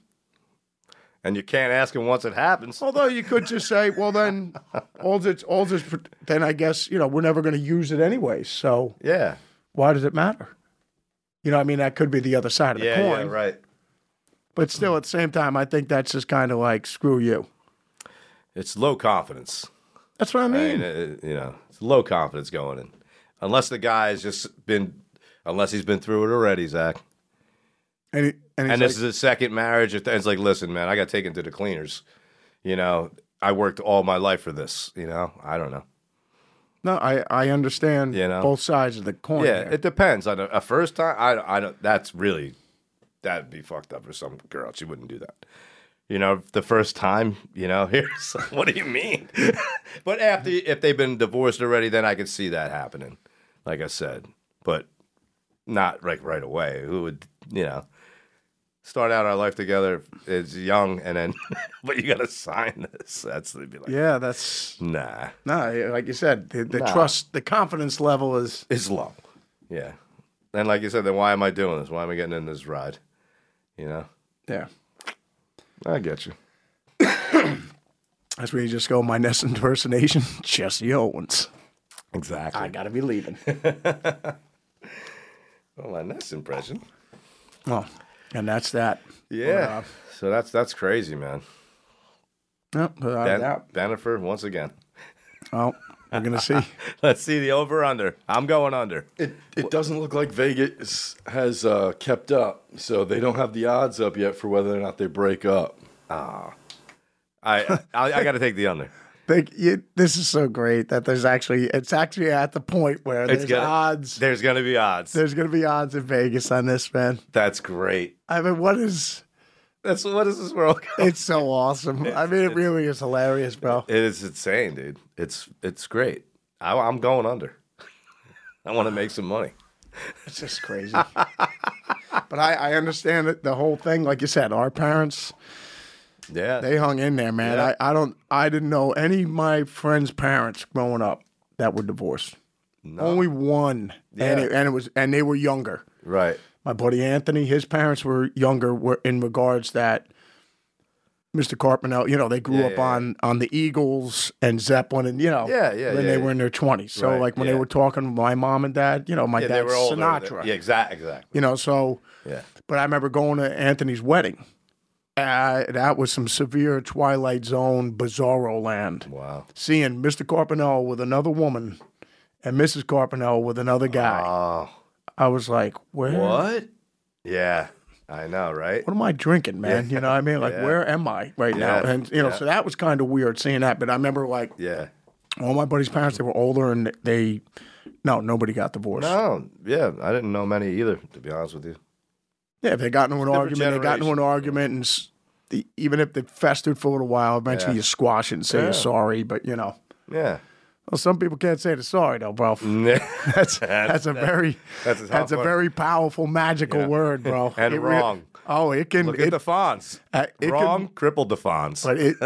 And you can't ask him once it happens.
Although you could just say, well, then all this, all this, then I guess you know we're never going to use it anyway. So
Yeah.
why does it matter? You know, I mean, that could be the other side of the
Yeah, yeah,
coin.
right.
But still, at the same time, I think that's just kind of like screw you.
It's low confidence.
That's what I
I
mean.
mean, uh, you know, it's low confidence going in. Unless the guy's just been, unless he's been through it already, Zach.
and it, and,
and
it's
this is his second marriage. It's it's like, listen, man, I got taken to the cleaners. You know, I worked all my life for this. You know, I don't know.
no, I I understand
You know?
both sides of the coin.
Yeah,
there.
it depends. On a, a first time, I, I don't. That's really that'd be fucked up for some girl. She wouldn't do that. You know, the first time. You know, here's what do you mean? but after, if they've been divorced already, then I could see that happening. Like I said, but not like right away. Who would you know? Start out our life together as young, and then, but you gotta sign this. That's they'd be like,
yeah, that's
nah,
No, eh, like you said, the, the trust, the confidence level is.
is low. Yeah. And like you said, then why am I doing this? Why am I getting in this ride? You know?
Yeah.
I get you.
That's where you just go, my next impersonation, Jesse Owens.
Exactly.
got to be leaving.
well, my next impression.
well, and that's that.
Yeah. So that's that's crazy, man.
Yep, without a
Dan-
doubt.
Danifer, once again.
Well, we're going to see.
Let's see the over under. I'm going under.
It, it doesn't look like Vegas has uh, kept up, so they don't have the odds up yet for whether or not they break up.
I I, I got to take the under.
Like, you, this is so great that there's actually, it's actually at the point where there's
gonna-
odds.
There's gonna be odds.
There's going to be odds in Vegas on this, man.
That's great.
I mean, what is,
That's what is this world? called?
it's so awesome. I mean, it really is hilarious, bro.
It is insane, dude. It's it's great. I, I'm going under. I want to make some money.
It's just crazy. but I, I understand it, the whole thing. Like you said, our parents,
Yeah.
they hung in there, man.
Yeah.
I, I don't I didn't know any of my friends' parents growing up that were divorced. Only one. And
Yeah.
it, and it was and they were younger.
right.
My buddy Anthony, his parents were younger were in regards that Mr. Carpenter, you know, they grew up
yeah,
on on the Eagles and Zeppelin and you know
Yeah, yeah,
when
yeah,
they
yeah.
were in their twenties. So
Right,
like when
yeah.
they were talking to my mom and dad, you know, my
Yeah, they
dad's
were older.
Sinatra.
Yeah, exactly. Exactly.
You know, so
Yeah.
but I remember going to Anthony's wedding. Uh, that was some severe Twilight Zone bizarro land.
Wow.
Seeing Mr. Carpinell with another woman and Mrs. Carpinell with another guy.
Oh.
I was like, where?
What? Yeah, I know, right?
What am I drinking, man? You know what I mean? Like,
Yeah.
where am I right now?
Yeah.
And, you know, so that was kind of weird seeing that. But I remember, like,
Yeah.
all my buddies' parents, they were older and they, no, nobody got divorced.
No, yeah, I didn't know many either, to be honest with you.
Yeah, if they got into an argument, they got into an
generation.
argument, and s- the, even if they festered for a little while, eventually
Yeah.
you squash it and say
Yeah.
you're sorry. But you know,
Yeah.
well, some people can't say they're sorry though, bro.
that's,
That's a very
Mm. that's
that's
a
a,
tough word.
very powerful magical word, bro.
And
It rea-
wrong.
oh, it can
Look
it,
at the fonts.
uh, it
Wrong,
can-
crippled the fonts.
but it,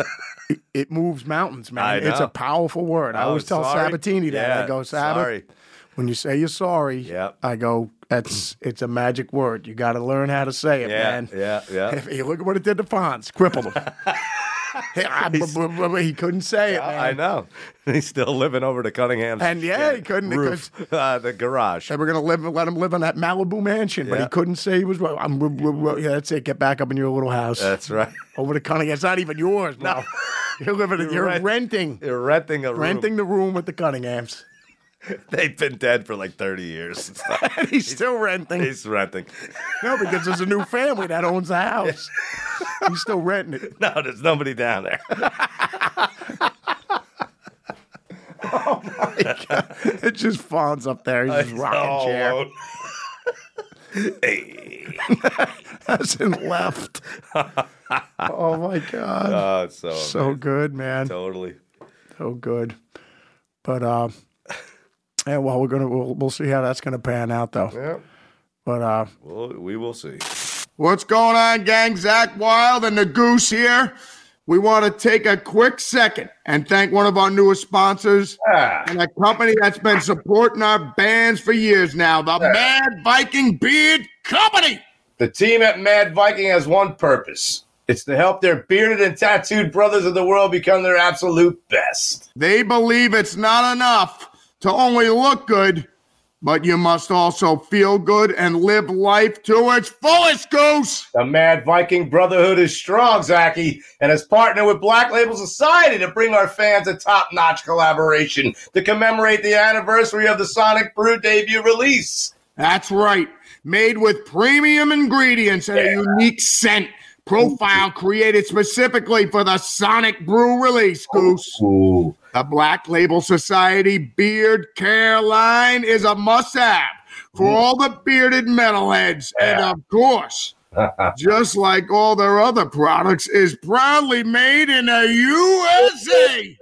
it it moves mountains, man.
I
It's
know.
a powerful word. I
Oh,
always tell
sorry?
Sabatini that.
Yeah,
I go, Sabat,
sorry.
when you say you're sorry,
Yep.
I go, that's it's a magic word. You got to learn how to say it,
yeah,
man.
yeah, yeah.
If you look at what it did to Fonz, crippled him. he, I- b- b- b- he couldn't say it, man.
I know. He's still living over to Cunningham's
And yeah, he couldn't.
roof,
Because
uh, the garage.
they were gonna live, let him live in that Malibu mansion, but
Yeah.
he couldn't say he was. wrong. I'm, w- w- w- yeah, that's it. Get back up in your little house
That's right.
over the Cunningham. It's not even yours, bro. You're living. You're,
You're right.
renting,
You're renting a
renting
room.
the room with the Cunninghams.
They've been dead for like 30 years.
He's still renting.
He's renting.
no, because there's a new family that owns the house. He's still renting it.
No, there's nobody down there.
It's just Fonz up there. He's just
All
rocking chair.
alone. hey.
Hasn't left. oh my god.
Oh, it's so,
so good, man.
totally.
So good. But uh, And well, we're gonna we'll, we'll see how that's gonna pan out though.
Yeah.
But uh,
Well, we will see.
What's going on, gang? Zach Wild and the Goose here. We want to take a quick second and thank one of our newest sponsors and a company that's been supporting our bands for years now, the Mad Viking Beard Company.
The team at Mad Viking has one purpose. It's to help their bearded and tattooed brothers of the world become their absolute best.
They believe it's not enough to only look good, but you must also feel good and live life to its fullest, Goose.
The Mad Viking Brotherhood is strong, Zaki, and has partnered with Black Label Society to bring our fans a top-notch collaboration to commemorate the anniversary of the Sonic Brew debut release.
That's right. Made with premium ingredients and a unique scent profile created specifically for the Sonic Brew release, Goose.
Ooh.
The Black Label Society Beard Care line is a must have for all the bearded metalheads. And of course, just like all their other products, is proudly made in the USA.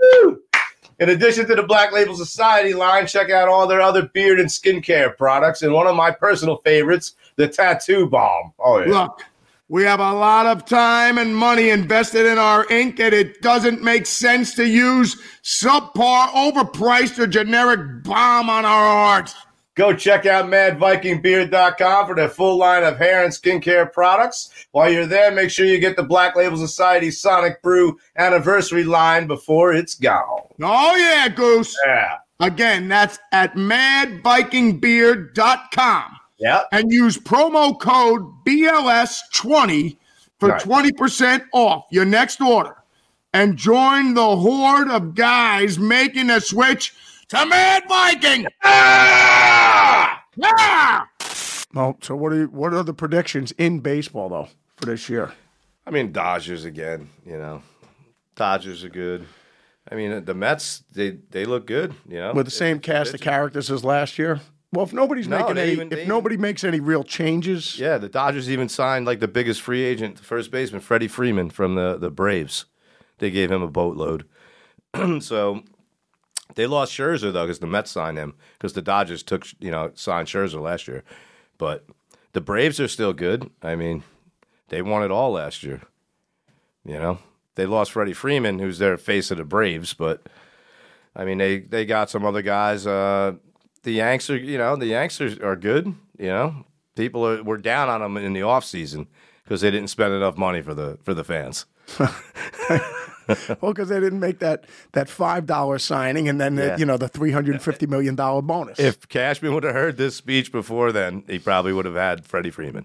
In addition to the Black Label Society line, check out all their other beard and skincare products, and one of my personal favorites, the Tattoo Balm. Oh yeah.
Look, we have a lot of time and money invested in our ink, and it doesn't make sense to use subpar, overpriced, or generic bomb on our art.
Go check out madvikingbeard.com for their full line of hair and skincare products. While you're there, make sure you get the Black Label Society Sonic Brew anniversary line before it's gone.
Oh, yeah, Goose.
Yeah.
Again, that's at madvikingbeard.com
Yep.
and use promo code BLS20 for
Right.
20% off your next order and join the horde of guys making the switch to Mad Viking. Yeah!
well, so what are you, what are the predictions in baseball though for this year?
I mean, Dodgers again, you know. Dodgers are good. I mean, the Mets, they, they look good, you know.
With the same cast of characters as last year. Well, if nobody's
No,
making
they
any,
even- they
if
even-
nobody makes any real changes,
Yeah, the Dodgers even signed like the biggest free agent, the first baseman, Freddie Freeman from the, the Braves. They gave him a boatload. so they lost Scherzer though because the Mets signed him because the Dodgers took you know signed Scherzer last year, but the Braves are still good. I mean, they won it all last year. You know, they lost Freddie Freeman, who's their face of the Braves, but I mean they they got some other guys. Uh, the Yanks are you know the Yanks are, are good. You know, people are were down on them in the off season because they didn't spend enough money for the for the fans.
well, because they didn't make that that five dollar signing and then the,
Yeah.
you know the three hundred and fifty million dollar bonus.
If Cashman would have heard this speech before then, he probably would have had Freddie Freeman.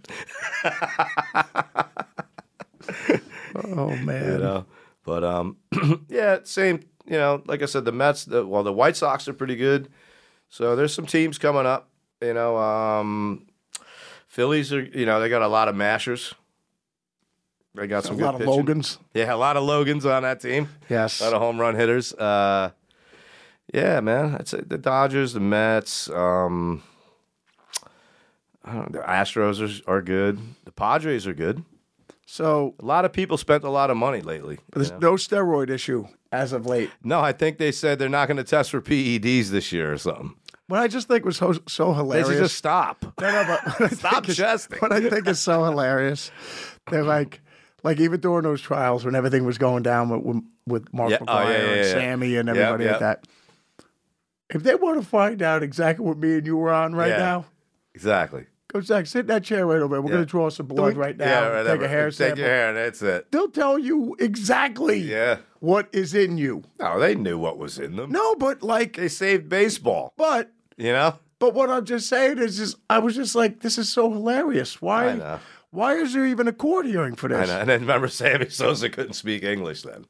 oh man,
You know, but um, yeah, same. You know, like I said, the Mets. The, well, the White Sox are pretty good. So there's some teams coming up. You know, um, Phillies are. You know, they got a lot of mashers. They got
a
some good
lot of
pitching.
Logans.
Yeah, a lot of Logans on that team.
Yes.
A lot of home run hitters. Uh, yeah, man. I'd say the Dodgers, the Mets, um, I don't know, the Astros are, are good. The Padres are good.
So
A lot of people spent a lot of money lately.
there's no steroid issue as of late.
No, I think they said they're not going to test for PEDs this year or something.
What I just think was so, so
They
hilarious.
should just stop.
No, no, but what I
Stop
think is-
jesting.
What I think is so hilarious, they're like, like even during those trials when everything was going down with with, with Mark
Yeah,
McGuire
oh, yeah, yeah,
and
yeah.
Sammy and
Yep,
everybody
yep.
like that. If they want to find out exactly what me and you were on right
Yeah.
now,
Exactly.
go Zach, sit in that chair right over. there. We're
Yeah.
going to draw some blood right now.
yeah,
and
right,
take a
right.
hair
Take
sample.
your hair. That's it.
They'll tell you exactly
Yeah.
what is in you.
No, they knew what was in them.
No, but like,
They saved baseball.
but
You know.
But what I'm just saying is, is I was just like, this is so hilarious. Why?
I know.
Why is there even a court hearing for
I
this?
know. And then remember, Sammy Sosa couldn't speak English then.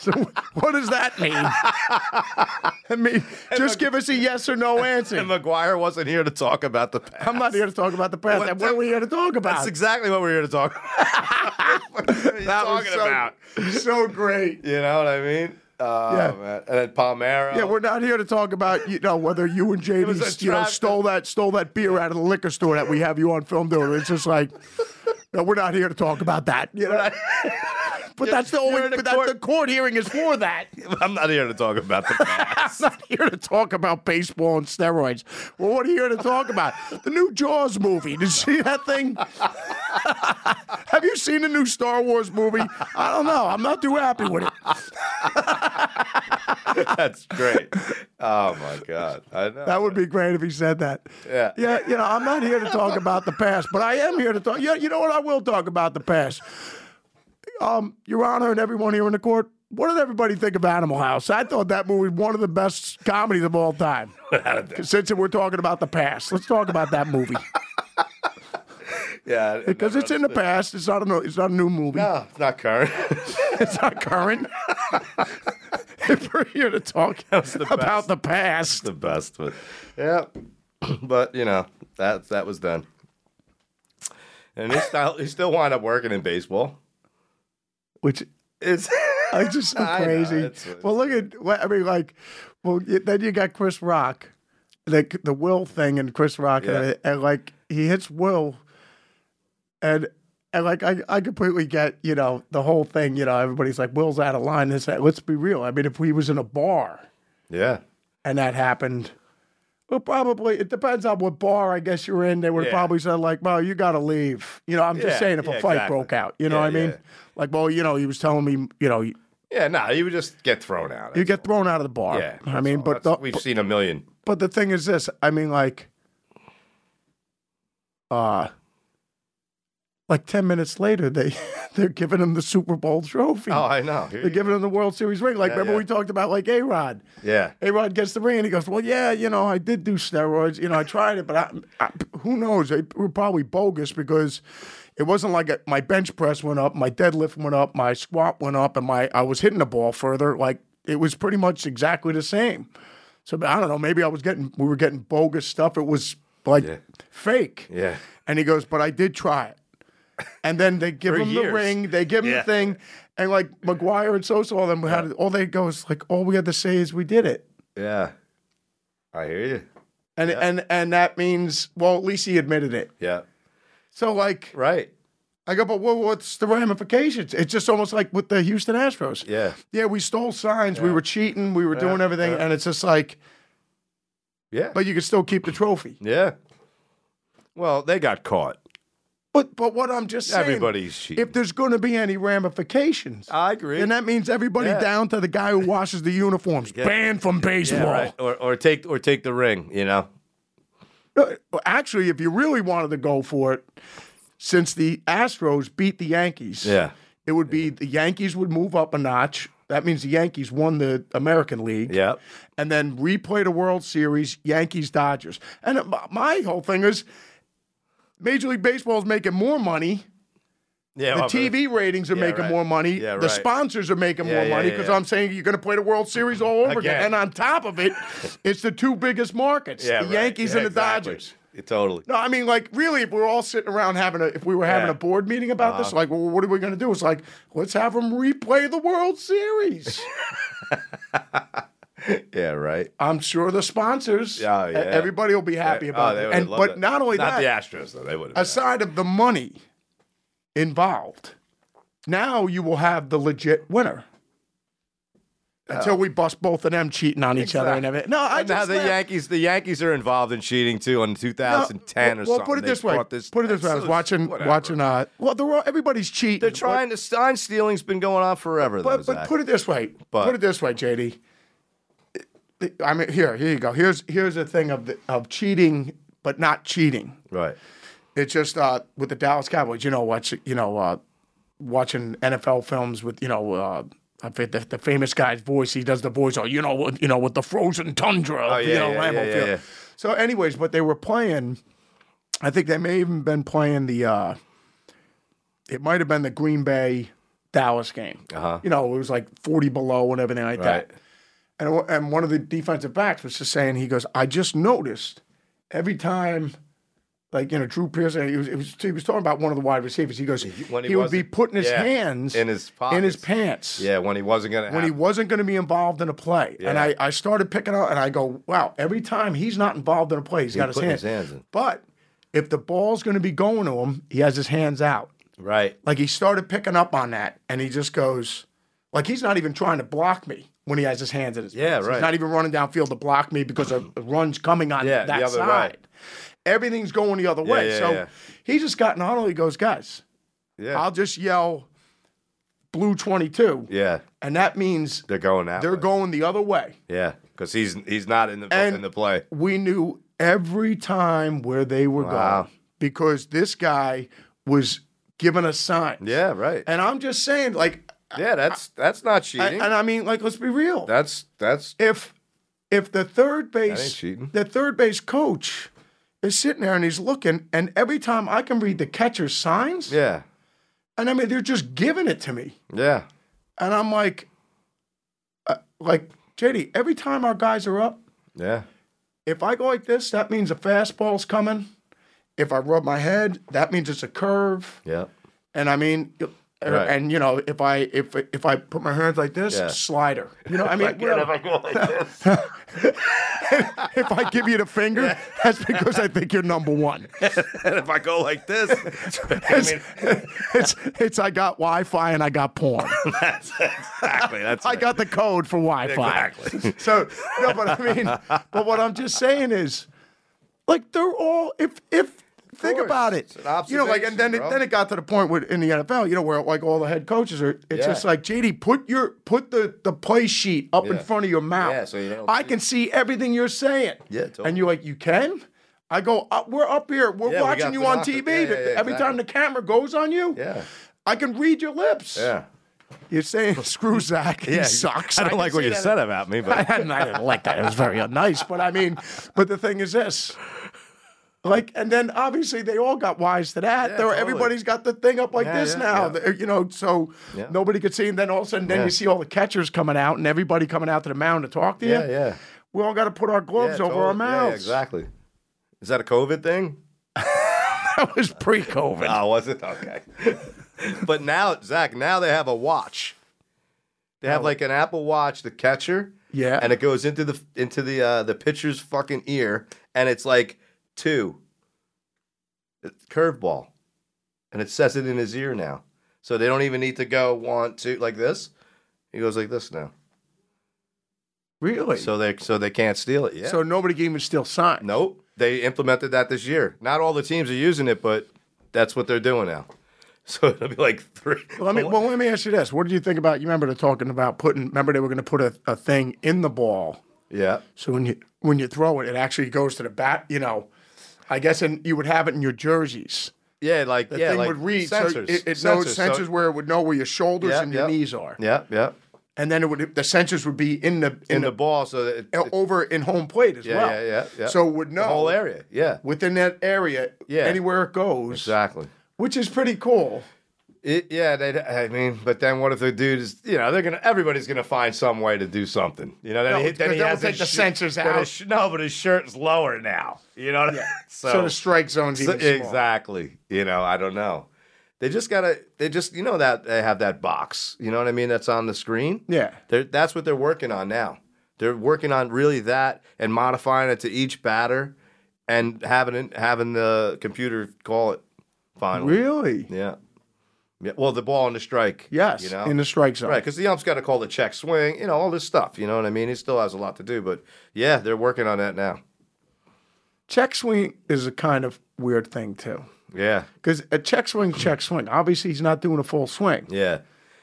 So what does that mean? I mean, just give us a yes or no
And
answer.
McGuire wasn't here to talk about the past.
I'm not here to talk about the past.
What
What, are we here to talk
That's
about?
exactly what we're here to talk about. what are you talking
so-
about?
so great.
You know what I mean? Oh,
Yeah.
man. And then Palmero.
Yeah, we're not here to talk about you know whether you and
was a
JD you know
trap-
stole that stole that beer out of the liquor store that we have you on film doing. It's just like, no, we're not here to talk about that. You know? But that's the only.
in a
But that,
court-
the court hearing is for that.
I'm not here to talk about the
I'm
past.
not here to talk about baseball and steroids. Well, what are you here to talk about? The new Jaws movie. Did you see that thing? Have you seen the new Star Wars movie? I don't know. I'm not too happy with it.
That's great. Oh my god, I know.
That would be great if he said that.
Yeah.
Yeah, you know, I'm not here to talk about the past, but I am here to talk. Yeah, you know what? I will talk about the past. Um, Your Honor and everyone here in the court, what did everybody think of Animal House? I thought that movie was one of the best comedies of all time. Since we're talking about the past, let's talk about that movie
yeah, I
because
never
it's in the
understood.
past. It's not a no- it's not a new movie.
No, it's not current.
It's not current. if we're here to talk
the
about
best.
the past,
the best, but yeah. But you know that that was done. And he still he still wound up working in baseball.
which
It's
It's just so
I know,
crazy.
it's-
well, look at what I mean. Like, well, y- then you got Chris Rock, like the Will thing, and Chris Rock, and,
Yeah.
it- and like he hits Will, and and like I, I completely get you know the whole thing. You know, everybody's like Will's out of line. This, that. let's be real. I mean, if he was in a bar
yeah.
and that happened. Well, probably it depends on what bar I guess you're in. They would
Yeah.
probably said like, "Well, you got to leave." You know, I'm just
Yeah,
saying if
yeah,
a fight
exactly.
broke out, you know
Yeah,
what I mean?
yeah.
Like, well, you know, he was telling me, you know,
Yeah, no, you would just get thrown out.
you get thrown out of the bar.
yeah,
I mean, but
that's-
the,
we've seen a million.
but the thing is this. I mean, like, uh like ten minutes later, they they're giving him the Super Bowl trophy.
Oh, I know. Here
They're
you-
giving him the World Series ring. Like,
Yeah,
remember
yeah.
we talked about like A Rod.
yeah,
A Rod gets the ring and he goes, "Well, yeah, you know, I did do steroids. You know, I tried it, but I, I, who knows? They were probably bogus because it wasn't like a, my bench press went up, my deadlift went up, my squat went up, and my I was hitting the ball further. Like it was pretty much exactly the same. So I don't know. Maybe I was getting we were getting bogus stuff. It was like fake.
yeah.
And he goes, but I did try it. And then they give
For
him the
years.
ring, they give him
Yeah.
the thing, and like McGuire and Sosa, all them had all they go is like, all we had to say is we did it.
Yeah. I hear you.
And and and that means well, at least he admitted it.
Yeah.
So like
Right.
I go, but what, what's the ramifications? It's just almost like with the Houston Astros.
Yeah.
Yeah, we stole signs, we were cheating, we were doing everything, and it's just like,
Yeah.
but you can still keep the trophy.
yeah. Well, they got caught.
But but what I'm just saying,
Everybody's cheating.
if there's going to be any ramifications,
I agree.
And that means everybody
Yeah.
down to the guy who washes the uniforms banned from baseball.
yeah, right. Or or take or take the ring. You know.
No, Uh, Actually, if you really wanted to go for it, since the Astros beat the Yankees,
Yeah.
it would be the Yankees would move up a notch. That means the Yankees won the American League.
Yeah.
And then replay the World Series, Yankees Dodgers. And my- my whole thing is Major League Baseball is making more money.
Yeah.
The
well,
TV ratings are
Yeah,
making
right.
more money.
Yeah,
the
right.
sponsors are making
Yeah,
more
yeah,
money
yeah,
because
yeah.
I'm saying you're going to play the World Series all over again.
Again.
And on top of it, it's the two biggest markets,
Yeah,
the
right.
Yankees
Yeah,
and the
exactly.
Dodgers.
Yeah, totally.
No, I mean, like, really, if we were all sitting around having a, if we were having
Yeah. Uh-huh.
a board meeting about this, like, well, what are we going to do? It's like, let's have them replay the World Series.
Yeah. Right.
I'm sure the sponsors,
Oh,
e-
yeah.
everybody will be happy
Yeah.
about
oh, they
it.
would've
And
loved
but
it.
not only
not
that,
the Astros though. They would have.
aside of the money involved, now you will have the legit winner. Until we bust both of them cheating on each other and everything. No, I
And Oh. now
just
the
laugh.
Yankees, the Yankees are involved in cheating too. In 2010
well,
or
well,
something.
put it
they
this way.
brought This,
put it this way. I was watching,
Whatever.
watching. Uh, well, they're all, everybody's cheating.
They're trying to sign stealing's been going on forever.
But, but put it this way.
But-
put it this way, JD. I mean, here, here you go. Here's here's the thing of the, of cheating, but not cheating.
right.
It's just uh, with the Dallas Cowboys. You know, watch you know uh, watching NFL films with you know. Uh, I forget the, the famous guy's voice. He does the voice, or you know, with- you know, with the frozen tundra, of, you
Oh, yeah,
know,
yeah,
Lambeau
yeah, yeah,
Field.
yeah.
So, anyways, but they were playing. I think they may even been playing the. Uh, it might have been the Green Bay Dallas game.
Uh-huh.
You know, it was like forty below and everything like
Right.
that. And w- and one of the defensive backs was just saying, he goes, I just noticed every time. Like you know, Drew Pearson, he was, he was he was talking about one of the wide receivers. He goes, he,
when he
would be
wasn't-
putting his
yeah,
hands
in his
in his
pockets.
pants
Yeah, when he wasn't gonna.
when he wasn't going to be involved in a play. And
Yeah.
I, I started picking up and I go, wow, every time he's not involved in a play, he's got his
putting
hands.
his hands in.
But if the ball's going to be going to him, he has his hands out.
Right.
Like he started picking up on that, and he just goes, like he's not even trying to block me when he has his hands in his
Yeah,
pants.
right.
He's not even running downfield to block me because a a run's coming on
Yeah, the
that
other
side.
right.
Everything's going the other
Yeah,
way.
yeah,
so
yeah.
he just got not only goes, guys,
Yeah.
I'll just yell blue twenty two,
yeah.
and that means
They're going that.
they're
way.
going the other way.
Yeah, because he's he's not in the
And-
in the play.
we knew every time where they were
Wow.
going because this guy was giving us signs.
Yeah. Right.
And I'm just saying, like,
yeah. That's that's not
I-
cheating.
and I mean, like, let's be real.
that's that's
if if the third
ain't
base,
cheating.
the third base coach is sitting there and he's looking, and every time I can read the catcher's signs,
yeah.
and I mean, they're just giving it to me,
Yeah.
and I'm like, uh, like JD, every time our guys are up,
Yeah.
if I go like this, that means a fastball's coming. If I rub my head, that means it's a curve.
Yeah.
And I mean, er,
Right.
and you know, if I if if I put my hands like this,
Yeah.
slider. You know, I mean, whatever.
I go like this.
if I give you the finger, that's because I think you're number one.
if I go like this, I
It's,
mean,
it's it's I got Wi-Fi and I got porn.
that's exactly that's
I got the code for Wi-Fi.
exactly.
So no, but I mean, but what I'm just saying is, like they're all if if think
course.
about it,
It's an
you know, like and then it,
observation, bro.
then it got to the point where in the NFL, you know, where like all the head coaches are, it's
Yeah.
just like JD, put your put the the play sheet up in
Yeah.
front of your mouth.
Yeah, so you don't
I
see-
can see everything you're saying.
Yeah, totally.
and you're like, you can. I go, up, we're up here, we're
Yeah, we
watching
got
you
the
on
knocker.
TV.
Yeah, yeah,
but
yeah,
every time the camera goes on you,
Yeah.
I can read your lips.
Yeah.
You're saying, screw Zach, he
Yeah.
sucks.
I don't
can
like what
see
you
that in-
said about me, but
and I didn't like that. It was very nice, but I mean, but the thing is this. Like and then obviously they all got wise to that.
Yeah,
there,
totally.
everybody's got the thing up like
Yeah,
this
yeah,
now,
yeah.
There- you know. So
Yeah.
nobody could see, and then all of a sudden, then
Yeah.
you see all the catchers coming out and everybody coming out to the mound to talk to
yeah,
you.
yeah.
We all got to put our gloves
Yeah,
over
totally.
our
Yeah,
mouths.
exactly. Is that a COVID thing?
That was pre-COVID.
Oh, was it? Okay. but now, Zach, now they have a watch. They have like an Apple Watch, the catcher.
Yeah.
And it goes into the into the uh, the pitcher's fucking ear, and it's like two. It's curveball, and it says it in his ear now. So they don't even need to go one two like this. He goes like this now.
really? So,
So they so they can't steal it. Yeah.
nobody can even still sign.
Nope. They implemented that this year. Not all the teams are using it, but that's what they're doing now. So it'll be like three.
Let me, well, let me ask you this: What did you think about? You remember they're talking about putting? Remember they were going to put a, a thing in the ball
yeah.
So when you when you throw it, it actually goes to the bat. You know, I guess and you would have it in your jerseys.
Yeah, like
The
yeah,
thing
like
would read
sensors.
so it, it knows
so-
sensors where it would know where your shoulders
Yeah,
and your
yeah.
knees are,
yeah, yeah.
and then it would the sensors would be in the in,
In the ball, so that it,
the
it-
over in home plate as
Yeah,
well.
yeah, yeah, yeah.
So it would know
the whole area. Yeah,
within that area,
Yeah.
anywhere it goes,
exactly.
which is pretty cool.
It, yeah, they. I mean, but then what if the dude is? You know, they're gonna. Everybody's gonna find some way to do something. You know, then
No,
he, then
because
he
they'll
has
take
his
the
shi-
sensors
then his
out.
shi- no, but his shirt's lower now. You know,
So, the strike zone's even
So-
smaller.
exactly. You know, I don't know. They just gotta. They just you know that they have that box. You know what I mean? That's on the screen.
Yeah.
They're, that's what they're working on now. They're working on really that and modifying it to each batter, and having it, having the computer call it finally.
Really?
Yeah. Yeah. Well, the ball and the strike.
Yes.
You know.
In the strike zone.
Right, because the ump's got to call the check swing, you know, all this stuff. You know what I mean? He still has a lot to do, but yeah, they're working on that now.
Check swing is a kind of weird thing too.
Yeah,
Because a check swing, check swing. Obviously, he's not doing a full swing.
yeah.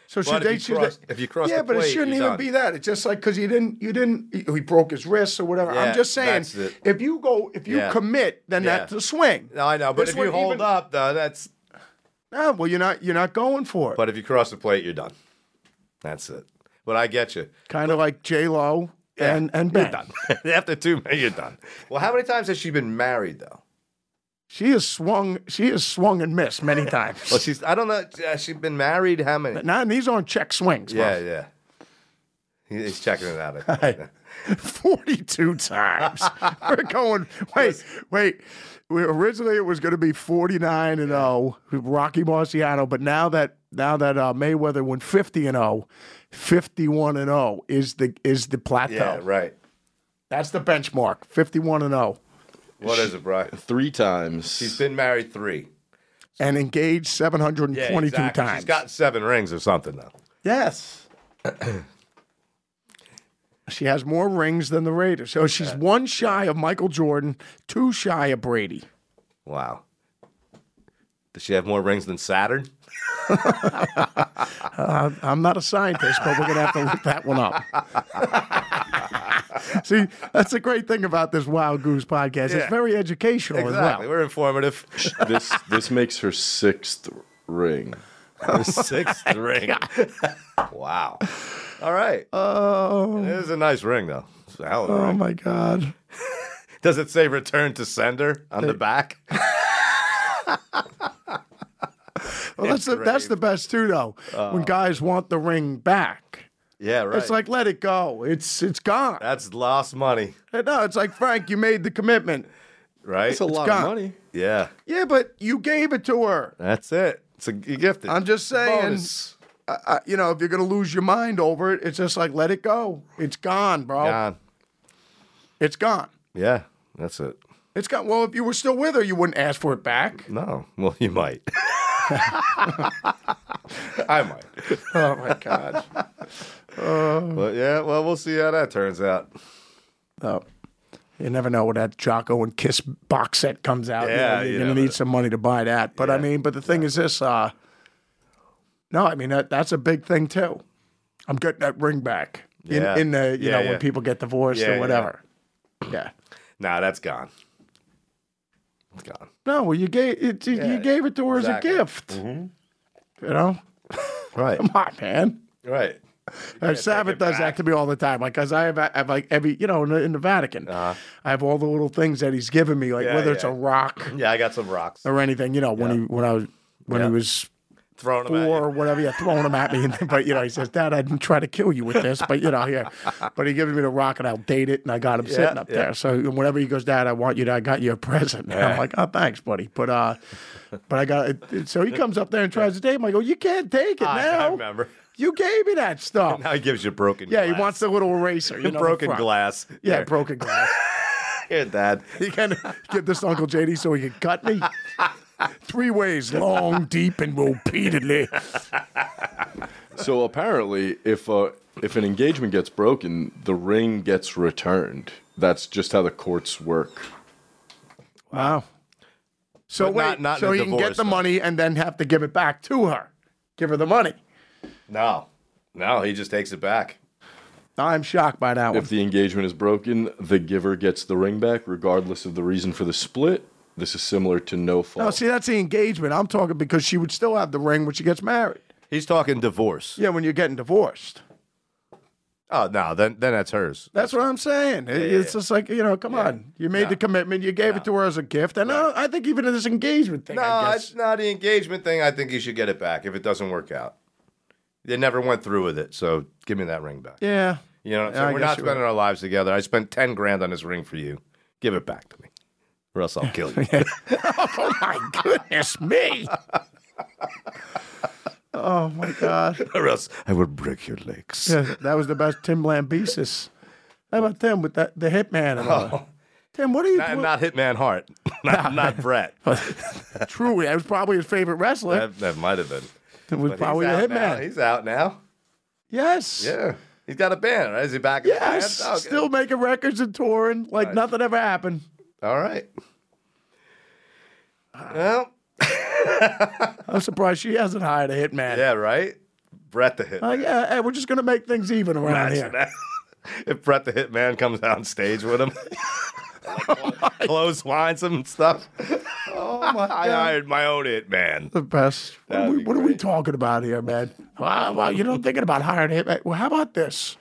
So
But
should
if
they?
you
should
cross-
they-
if you cross
yeah,
the
but it
plate,
shouldn't
you're
even
done.
be that. It's just like because you didn't, you didn't, he he broke his wrist or whatever.
Yeah,
I'm just saying,
that's it.
if you go, if you
Yeah.
commit, then
Yeah.
that's a swing.
No, I know, but
This
if you
one
hold
even-
up, though, that's.
Ah, well, you're not, you're not going for it.
But if you cross the plate, you're done. That's it. But I get you.
Kind of like J Lo
Yeah,
and and Ben.
After two, you're done. Well, how many times has she been married though?
She has swung, she has swung and missed many times.
Well, she's. I don't know. Has she been married? How many?
Now and these aren't check swings.
Yeah, yeah. He- He's checking it out. I think.
Hey, 42 times. We're going, wait, wait. We, originally, it was going to be 49 and 0, Rocky Marciano, but now that now that uh, Mayweather went 50 and 0, 51 and 0 is the is the plateau.
yeah, right.
That's the benchmark. 51 and oh, 0.
What is it, Brian?
Three times.
She's been married three.
and engaged 722
Yeah, exactly.
times.
She's got seven rings or something though.
yes. she has more rings than the Raiders. So she's one shy of Michael Jordan, two shy of Brady.
Wow. Does she have more rings than Saturn?
I'm not a scientist, but we're going to have to look that one up. See, that's the great thing about this Wild Goose podcast.
Yeah.
It's very educational
Exactly.
as well.
We're informative.
this this makes her sixth ring.
Sixth ring. wow. All right.
Oh,
it is a nice ring though. It's a hell of a
oh
ring.
my God.
Does it say return to sender on the back?
Well, that's the, that's the best too, though. when guys want the ring back,
Yeah, Oh. right.
it's like let it go. It's it's gone.
that's lost money,
no, it's like Frank, you made the commitment.
right?
That's a lot
gone.
of money.
Yeah.
Yeah, but you gave it to her.
That's it. It's a you gifted.
I'm just saying,
Bonus.
I, I, you know, if you're gonna lose your mind over it, it's just like let it go. It's gone, bro.
Gone.
It's gone.
Yeah, that's it.
It's gone. Well, if you were still with her, you wouldn't ask for it back.
No. Well, you might. I might.
Oh my God.
But yeah, well, we'll see how that turns out.
Oh. You never know when that Jocko and Kiss box set comes out. You know,
Yeah,
you're
you
gonna
never-
need some money to buy that. But I mean, but the thing is this. Uh, no, I mean that, that's a big thing too. I'm getting that ring back in,
Yeah.
in the you
Yeah,
know
yeah.
when people get divorced
Yeah,
or
yeah.
whatever. Yeah.
Nah, that's gone. It's gone.
No, well, you gave it, you, you gave it to her
exactly. Mm-hmm.
as a gift. You know,
Right.
come on, man.
Right.
Uh, Sabbath does that to me all the time. Like, cause I have, I have like every, you know, in the, in the Vatican, I have all the little things that he's given me, like
Uh-huh. Yeah,
whether it's
yeah.
a rock
Yeah, I got some rocks.
or anything. You know, when he when I was when
Yeah.
he was
Throwing them at you.
four or whatever, yeah, throwing them at me. But you know, he says, "Dad, I didn't try to kill you with this." But you know, here, but he gives me the rock, and I'll date it, and I got him sitting up
yeah.
there. So whenever he goes, "Dad, I want you to," I got you a present. And I'm like, "Oh, thanks, buddy." But uh, but I got it. So he comes up there and tries to date him. I go, "You can't take it
Ah, I, I
now.
remember.
You gave me that stuff."
Now he gives you broken
Yeah,
glass.
he wants the little eraser. You know, the
broken
front.
glass.
Yeah,
Here.
broken glass.
Here, Dad.
You can give this to Uncle JD so he can cut me. Three ways, long, deep, and repeatedly.
So apparently, if uh, if an engagement gets broken, the ring gets returned. That's just how the courts work.
Wow. So
But
wait,
not- not in
so
a
he can get
divorce,
the
though.
money and then have to give it back to her. Give her the money.
No. No, he just takes it back.
I'm shocked by that one.
If the engagement is broken, the giver gets the ring back, regardless of the reason for the split. This is similar to no fault.
No, see, that's the engagement. I'm talking because she would still have the ring when she gets married.
He's talking divorce.
Yeah, when you're getting divorced.
Oh no, then then that's hers.
That's what I'm saying. It- it's just like, you know, come on. You made the commitment. You gave it to her as a gift. And I, don't- I think even in this engagement thing,
No,
I guess.
it's not the engagement thing. I think you should get it back if it doesn't work out. They never went through with it, so give me that ring back.
yeah.
You know, what I'm
Yeah,
saying?
I
we're
guess
not
you're right.
spending our lives together. I spent ten grand on this ring for you. Give it back to me, or else I'll kill you.
Oh my goodness me. oh my God.
or else I will break your legs.
Yeah, that was the best Tim Lambesis. How about Tim with that the hitman? And all that? Tim, what are you
Oh. Not,
doing?
not Hitman Hart. not, not Brett.
Truly, that was probably his favorite wrestler.
That, that might have been.
It was
But
probably
he's
the
out now.
hitman.
He's out now.
Yes.
Yeah. He's got a band, right? Is he back in
Yes.
the band? Oh, Okay.
Still making records and touring like nothing ever happened.
All right. Well,
I'm surprised she hasn't hired a hitman.
yeah, right? Brett the Hitman.
Like, yeah, hey, we're just gonna make things even around Uh, here.
if Brett the Hitman comes out on stage with him, clotheslines him and stuff. Oh my I hired my own Hitman.
The best. What, are
That'd
we,
be
what are we
great.
talking about here, man? Well, well, you know, thinking about hiring a hitman. Well, how about this?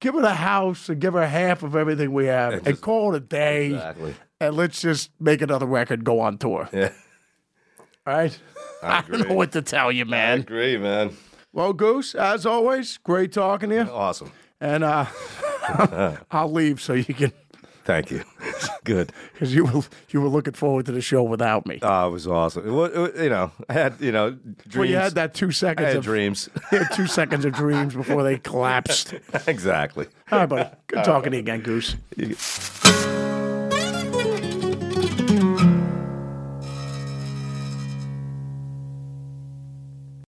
Give her the house and give her half of everything we have, and, call it a day.
Exactly.
and let's just make another record go on tour.
Yeah.
All right? I, don't know what to tell you,
I
man.
agree, man.
Well, Goose, as always, great talking to you.
Awesome.
And uh, I'll leave so you can,
Thank you. Good.
because you were, you were looking forward to the show without me.
Oh, it was awesome. It wa- it wa- you know, I had, you know, dreams.
well, you had that two
I
seconds
had
of
dreams.
you had two seconds of dreams before they collapsed.
exactly.
All right, buddy. Good talking to you again, Goose.